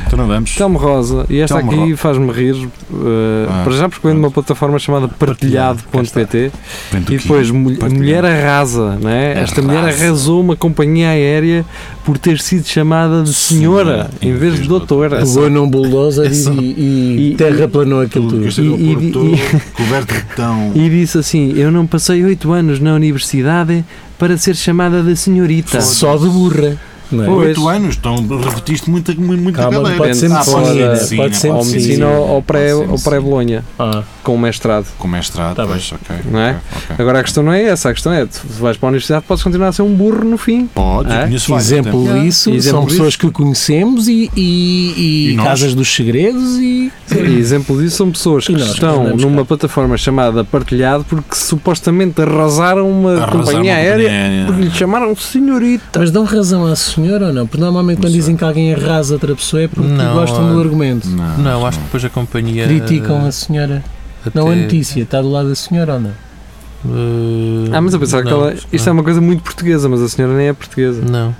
[SPEAKER 5] Então não vamos.
[SPEAKER 3] Telmo Rosa, e esta
[SPEAKER 5] Telmo
[SPEAKER 3] aqui faz-me rir, uh,
[SPEAKER 5] Ah,
[SPEAKER 3] para já porque vem de uma plataforma chamada partilhado.pt
[SPEAKER 5] Vem do
[SPEAKER 3] e
[SPEAKER 5] quê?
[SPEAKER 3] depois mu-
[SPEAKER 5] Partilhado.
[SPEAKER 3] Mulher Arrasa, não é? Esta mulher
[SPEAKER 5] Arrasa.
[SPEAKER 3] arrasou uma companhia aérea por ter sido chamada de senhora em vez de doutora.
[SPEAKER 6] Pegou num bulldozer
[SPEAKER 4] é só-
[SPEAKER 6] e, e,
[SPEAKER 3] e-
[SPEAKER 6] e terraplanou aquilo
[SPEAKER 2] Tudo que eu
[SPEAKER 5] é
[SPEAKER 6] tudo.
[SPEAKER 2] esteja a
[SPEAKER 3] E- e-
[SPEAKER 2] pôr todo coberto de tão.
[SPEAKER 3] E disse assim: Eu não passei oito anos na universidade para ser chamada de senhorita.
[SPEAKER 6] Tá. Só de burra. Não é?
[SPEAKER 3] Pois.
[SPEAKER 2] 8 anos, então repetiste muita, muita
[SPEAKER 6] Calma,
[SPEAKER 2] cadeira.
[SPEAKER 6] pode
[SPEAKER 3] ser
[SPEAKER 2] Ah,
[SPEAKER 3] medicina,
[SPEAKER 2] medicina,
[SPEAKER 6] pode ser
[SPEAKER 2] pode
[SPEAKER 3] Ou
[SPEAKER 6] Sim,
[SPEAKER 3] medicina
[SPEAKER 6] sim.
[SPEAKER 3] ou pré- ou pré-Bolonha.
[SPEAKER 6] Ah,
[SPEAKER 3] com um mestrado.
[SPEAKER 5] Com mestrado,
[SPEAKER 6] Tá
[SPEAKER 5] é pois, ok.
[SPEAKER 3] Não é?
[SPEAKER 5] ok, ok.
[SPEAKER 3] Agora a questão não é essa, a questão é: tu vais para a universidade, podes continuar a ser um burro no fim.
[SPEAKER 5] Pode,
[SPEAKER 3] É?
[SPEAKER 5] eu conheço vários,
[SPEAKER 6] Exemplo
[SPEAKER 5] até.
[SPEAKER 6] disso
[SPEAKER 3] Exemplo
[SPEAKER 6] são
[SPEAKER 3] disso.
[SPEAKER 6] pessoas que conhecemos e, e, e
[SPEAKER 5] E nós?
[SPEAKER 6] Casas dos Segredos e.
[SPEAKER 3] E exemplo disso são pessoas que
[SPEAKER 6] E nós,
[SPEAKER 3] estão
[SPEAKER 6] andamos
[SPEAKER 3] numa
[SPEAKER 6] cá.
[SPEAKER 3] plataforma chamada Partilhado porque supostamente arrasaram uma
[SPEAKER 5] Arrasar uma
[SPEAKER 3] companhia aérea
[SPEAKER 5] companhia
[SPEAKER 3] porque lhe chamaram senhorita.
[SPEAKER 6] Mas dão razão à senhora ou não? Porque normalmente quando dizem que alguém arrasa outra pessoa é porque
[SPEAKER 4] Não,
[SPEAKER 6] gostam do
[SPEAKER 4] ah,
[SPEAKER 6] argumento.
[SPEAKER 5] Não,
[SPEAKER 4] Não, acho que depois a companhia.
[SPEAKER 6] Criticam a senhora.
[SPEAKER 4] até-
[SPEAKER 6] Não a notícia, está do lado da senhora ou não?
[SPEAKER 4] Eh,
[SPEAKER 3] Ah, mas eu pensava que
[SPEAKER 4] não,
[SPEAKER 3] ela.
[SPEAKER 4] acho
[SPEAKER 3] Isto é
[SPEAKER 4] não.
[SPEAKER 3] uma coisa muito portuguesa, mas a senhora nem é portuguesa.
[SPEAKER 4] Não.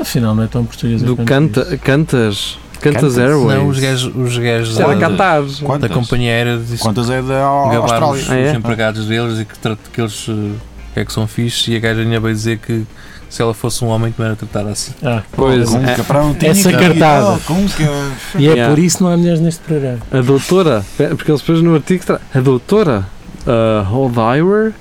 [SPEAKER 6] Afinal, não é tão portuguesa.
[SPEAKER 3] Do
[SPEAKER 6] quanto isso.
[SPEAKER 3] canta, cantas. Cantas
[SPEAKER 5] Cantas?
[SPEAKER 3] Airways.
[SPEAKER 4] Não, os gajos, os gajos
[SPEAKER 3] Era
[SPEAKER 4] da, da,
[SPEAKER 3] Qatar.
[SPEAKER 5] Quantas?
[SPEAKER 4] companhia aérea disse
[SPEAKER 5] Quantas é da Au-
[SPEAKER 4] gabar os,
[SPEAKER 5] Austrália?
[SPEAKER 4] os
[SPEAKER 3] Ah, é?
[SPEAKER 4] empregados deles e que, tra- que eles eh, que é que são fixes e a gaja veio dizer que se ela fosse um homem também era tratada assim.
[SPEAKER 6] Ah,
[SPEAKER 3] Pois,
[SPEAKER 5] Com
[SPEAKER 3] a,
[SPEAKER 5] que para um ténis,
[SPEAKER 6] Essa cartada.
[SPEAKER 5] ah, Com que...
[SPEAKER 6] e é
[SPEAKER 3] Yeah.
[SPEAKER 6] por isso que não há mulheres neste programa.
[SPEAKER 3] a doutora, porque eles depois no artigo tra... a doutora uh, Holdheimer,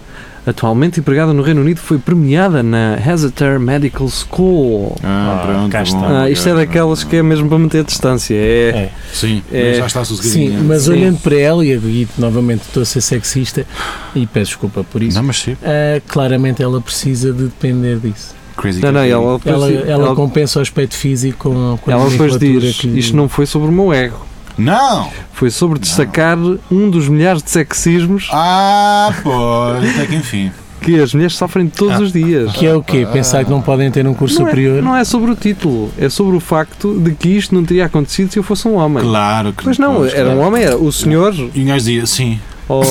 [SPEAKER 3] atualmente empregada no Reino Unido, foi premiada na Exeter Medical School.
[SPEAKER 5] Ah,
[SPEAKER 6] Ah,
[SPEAKER 5] pronto,
[SPEAKER 6] cá
[SPEAKER 5] bom,
[SPEAKER 6] está.
[SPEAKER 3] Ah, isto é
[SPEAKER 5] ok.
[SPEAKER 3] daquelas que é mesmo para manter a distância. É,
[SPEAKER 6] É.
[SPEAKER 5] Sim,
[SPEAKER 3] É.
[SPEAKER 5] mas já está sossegadinho.
[SPEAKER 6] Sim, mas
[SPEAKER 3] Sim.
[SPEAKER 6] olhando para ela, e, e novamente estou a ser sexista e peço desculpa por isso,
[SPEAKER 5] Não, mas sim.
[SPEAKER 6] ah, claramente ela precisa de depender disso.
[SPEAKER 5] Crazy
[SPEAKER 3] Não, não,
[SPEAKER 5] Cat.
[SPEAKER 3] ela depois,
[SPEAKER 6] Ela,
[SPEAKER 3] ela,
[SPEAKER 6] ela compensa o aspecto físico com, com a
[SPEAKER 3] ela depois
[SPEAKER 6] nomenclatura
[SPEAKER 3] diz:
[SPEAKER 6] que lhe-
[SPEAKER 3] Isto não foi sobre o meu ego,
[SPEAKER 5] Não!
[SPEAKER 3] foi sobre
[SPEAKER 5] Não.
[SPEAKER 3] destacar um dos milhares de sexismos
[SPEAKER 5] Ah, pois, até que enfim.
[SPEAKER 3] que as mulheres sofrem todos os dias.
[SPEAKER 6] Que é o quê? Pensar que não podem ter um curso
[SPEAKER 3] Ah, Não
[SPEAKER 6] superior?
[SPEAKER 3] é, não é sobre o título, é sobre o facto de que isto não teria acontecido se eu fosse um homem.
[SPEAKER 5] Claro que
[SPEAKER 3] Mas não,
[SPEAKER 5] pois,
[SPEAKER 3] era um
[SPEAKER 5] claro.
[SPEAKER 3] homem, era o senhor
[SPEAKER 5] E um gajo dizia, sim.
[SPEAKER 3] ou,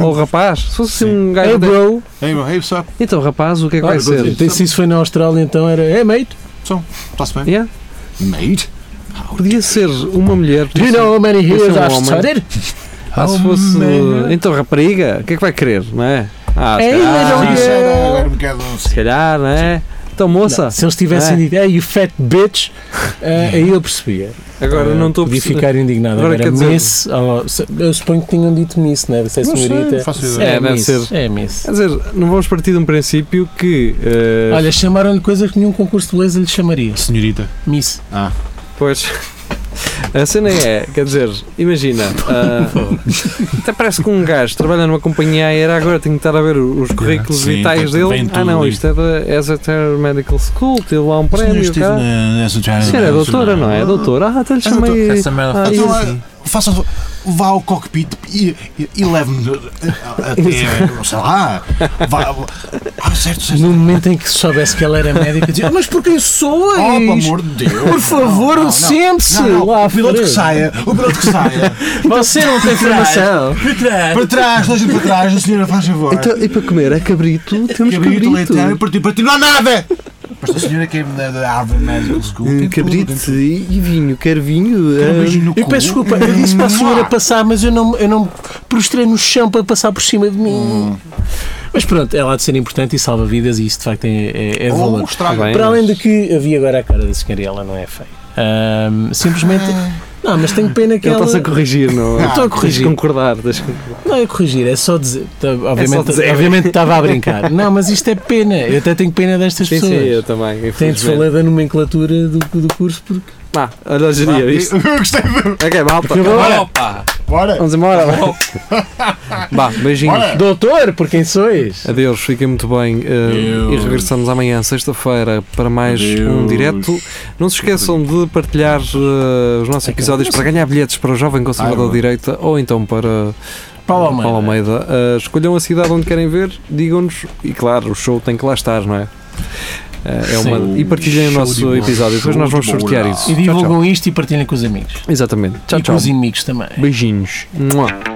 [SPEAKER 3] ou o rapaz. Se fosse
[SPEAKER 5] Sim.
[SPEAKER 3] um gajo.
[SPEAKER 6] Hey,
[SPEAKER 3] de-
[SPEAKER 6] É bro!
[SPEAKER 5] Ei, bro, ei, pessoal,
[SPEAKER 3] Então, rapaz, o que é que
[SPEAKER 6] Ah,
[SPEAKER 3] vai
[SPEAKER 5] vou
[SPEAKER 3] ser?
[SPEAKER 5] dizer.
[SPEAKER 6] então, se isso foi na Austrália, então era Hey mate,
[SPEAKER 5] está-se bem?
[SPEAKER 3] Yeah.
[SPEAKER 5] Mate?
[SPEAKER 3] Podia ser uma mulher.
[SPEAKER 6] do you know how many
[SPEAKER 3] Isso é
[SPEAKER 6] years
[SPEAKER 3] um
[SPEAKER 6] I've
[SPEAKER 3] homem.
[SPEAKER 6] started?
[SPEAKER 3] Ah, se fosse. Então, rapariga, o que é que vai querer, não é? Ah, se
[SPEAKER 6] Ei,
[SPEAKER 3] calhar,
[SPEAKER 6] mas
[SPEAKER 5] Sim,
[SPEAKER 6] não-
[SPEAKER 5] isso era agora um bocado...
[SPEAKER 3] se calhar, não é? Então, moça,
[SPEAKER 6] Se eles tivessem
[SPEAKER 3] É.
[SPEAKER 6] dito Hey you fat bitch, ah, aí eu percebia.
[SPEAKER 3] agora
[SPEAKER 6] Eh,
[SPEAKER 3] não estou a
[SPEAKER 6] podia
[SPEAKER 3] perceber.
[SPEAKER 6] ficar indignado.
[SPEAKER 3] Agora,
[SPEAKER 6] Agora,
[SPEAKER 3] quer dizer-
[SPEAKER 6] miss, oh, se- eu suponho que tinham dito miss, né? Se é
[SPEAKER 5] Não sei, não
[SPEAKER 6] senhorita.
[SPEAKER 5] faço ideia.
[SPEAKER 3] É,
[SPEAKER 6] é,
[SPEAKER 3] deve
[SPEAKER 6] miss,
[SPEAKER 3] ser.
[SPEAKER 6] é miss.
[SPEAKER 3] Quer dizer, não vamos partir de um princípio que. eh,
[SPEAKER 6] Olha, chamaram-lhe coisas que nenhum concurso de beleza lhe chamaria.
[SPEAKER 5] Senhorita.
[SPEAKER 6] Miss.
[SPEAKER 3] Pois. A cena é, quer dizer, imagina, ah, até parece que um gajo trabalha numa companhia aérea, agora tem que estar a ver os currículos
[SPEAKER 5] Sim,
[SPEAKER 3] vitais
[SPEAKER 5] vem
[SPEAKER 3] dele.
[SPEAKER 5] tudo
[SPEAKER 3] Ah, não,
[SPEAKER 5] ali.
[SPEAKER 3] isto é da Exeter Medical School, teve lá um
[SPEAKER 5] Senhor,
[SPEAKER 3] prémio.
[SPEAKER 5] estive
[SPEAKER 3] Cara.
[SPEAKER 5] na- nessa
[SPEAKER 3] A
[SPEAKER 5] trial-
[SPEAKER 3] senhora é doutora, não é?
[SPEAKER 5] Ah, então,
[SPEAKER 3] Doutora, ah, até lhe chamei.
[SPEAKER 4] Essa merda
[SPEAKER 3] Ah,
[SPEAKER 4] faz
[SPEAKER 3] isso.
[SPEAKER 4] assim.
[SPEAKER 5] Faça, vá ao cockpit e, e, e leve-me até, sei lá, vá, ah, certo, certo.
[SPEAKER 6] No momento em que soubesse que ela era médica, dizia: Mas por quem sou?
[SPEAKER 5] Oh, pelo amor de Deus.
[SPEAKER 6] Por
[SPEAKER 5] Não,
[SPEAKER 6] favor,
[SPEAKER 5] não, não.
[SPEAKER 6] sente-se
[SPEAKER 5] Não, não,
[SPEAKER 6] lá à
[SPEAKER 5] o piloto que
[SPEAKER 6] frente.
[SPEAKER 5] saia, o piloto que saia.
[SPEAKER 6] Você não tem formação.
[SPEAKER 5] Para trás, deixa para trás, a senhora faz favor.
[SPEAKER 3] Então, e para comer é cabrito? Temos
[SPEAKER 5] cabrito,
[SPEAKER 3] cabrito.
[SPEAKER 5] leiteiro, para ti, para ti, não há nada! Mas a senhora que é da, da Harvard Medical School. tem
[SPEAKER 3] Hum,
[SPEAKER 5] tudo,
[SPEAKER 3] Cabrito
[SPEAKER 5] tem tudo.
[SPEAKER 3] e vinho, quero vinho.
[SPEAKER 5] Tem um
[SPEAKER 3] ah,
[SPEAKER 5] beijinho no
[SPEAKER 6] Eu
[SPEAKER 5] cu.
[SPEAKER 6] peço desculpa, eu disse para a senhora passar, mas eu não, eu não me prostrei no chão para passar por cima de mim. Mas pronto, ela há de ser importante e salva vidas, e isso de facto é, é, é
[SPEAKER 5] Ou
[SPEAKER 6] valor.
[SPEAKER 5] estraga.
[SPEAKER 3] Bem,
[SPEAKER 6] Para além de
[SPEAKER 3] mas-
[SPEAKER 6] que havia agora a cara da senhora e ela não é feia. Ahm, simplesmente. Não, mas tenho pena que
[SPEAKER 3] Ele
[SPEAKER 6] ela.
[SPEAKER 3] está-se a corrigir, não é?
[SPEAKER 5] Eu estou a
[SPEAKER 3] Tens de
[SPEAKER 6] corrigir.
[SPEAKER 3] concordar. tens de concordar.
[SPEAKER 6] Não é corrigir, é só dizer. tá, Obviamente,
[SPEAKER 3] dizer.
[SPEAKER 6] obviamente estava a brincar. Não, mas isto é pena. Eu até tenho pena destas
[SPEAKER 3] Sim, sim, eu
[SPEAKER 6] pessoas.
[SPEAKER 3] também.
[SPEAKER 6] Tenho de
[SPEAKER 3] infelizmente.
[SPEAKER 6] falar da nomenclatura do, do curso porque.
[SPEAKER 3] Ah, olha a geria, viste?
[SPEAKER 5] Eu gostei do.
[SPEAKER 3] Ok, malta.
[SPEAKER 4] Opa!
[SPEAKER 5] Bora!
[SPEAKER 3] Vamos embora. Bah, beijinhos.
[SPEAKER 5] Bora.
[SPEAKER 6] Doutor, por quem sois?
[SPEAKER 3] Adeus, fiquem muito bem. eh, e
[SPEAKER 5] Adeus.
[SPEAKER 3] regressamos amanhã, sexta-feira, para mais um
[SPEAKER 5] Adeus.
[SPEAKER 3] direto. Não se esqueçam de partilhar eh, os
[SPEAKER 5] É
[SPEAKER 3] nossos episódios para ganhar bilhetes para o Jovem Conservador
[SPEAKER 5] Ai,
[SPEAKER 3] de Direita ou então para
[SPEAKER 6] Paulo Almeida.
[SPEAKER 3] Paulo Almeida. Eh, escolham a cidade onde querem ver, digam-nos. E claro, o show tem que lá estar, não é? Eh, é uma-
[SPEAKER 5] Sim.
[SPEAKER 3] e partilhem
[SPEAKER 5] Show
[SPEAKER 3] o
[SPEAKER 5] de
[SPEAKER 3] nosso
[SPEAKER 5] bola,
[SPEAKER 3] episódio. Depois
[SPEAKER 5] show
[SPEAKER 3] nós vamos
[SPEAKER 5] de bola.
[SPEAKER 3] sortear isso.
[SPEAKER 6] E
[SPEAKER 3] Tchau, tchau.
[SPEAKER 6] divulgam isto e partilhem com os amigos.
[SPEAKER 3] Exatamente. Tchau,
[SPEAKER 6] e com
[SPEAKER 3] tchau.
[SPEAKER 6] os inimigos também.
[SPEAKER 3] Beijinhos. Mua.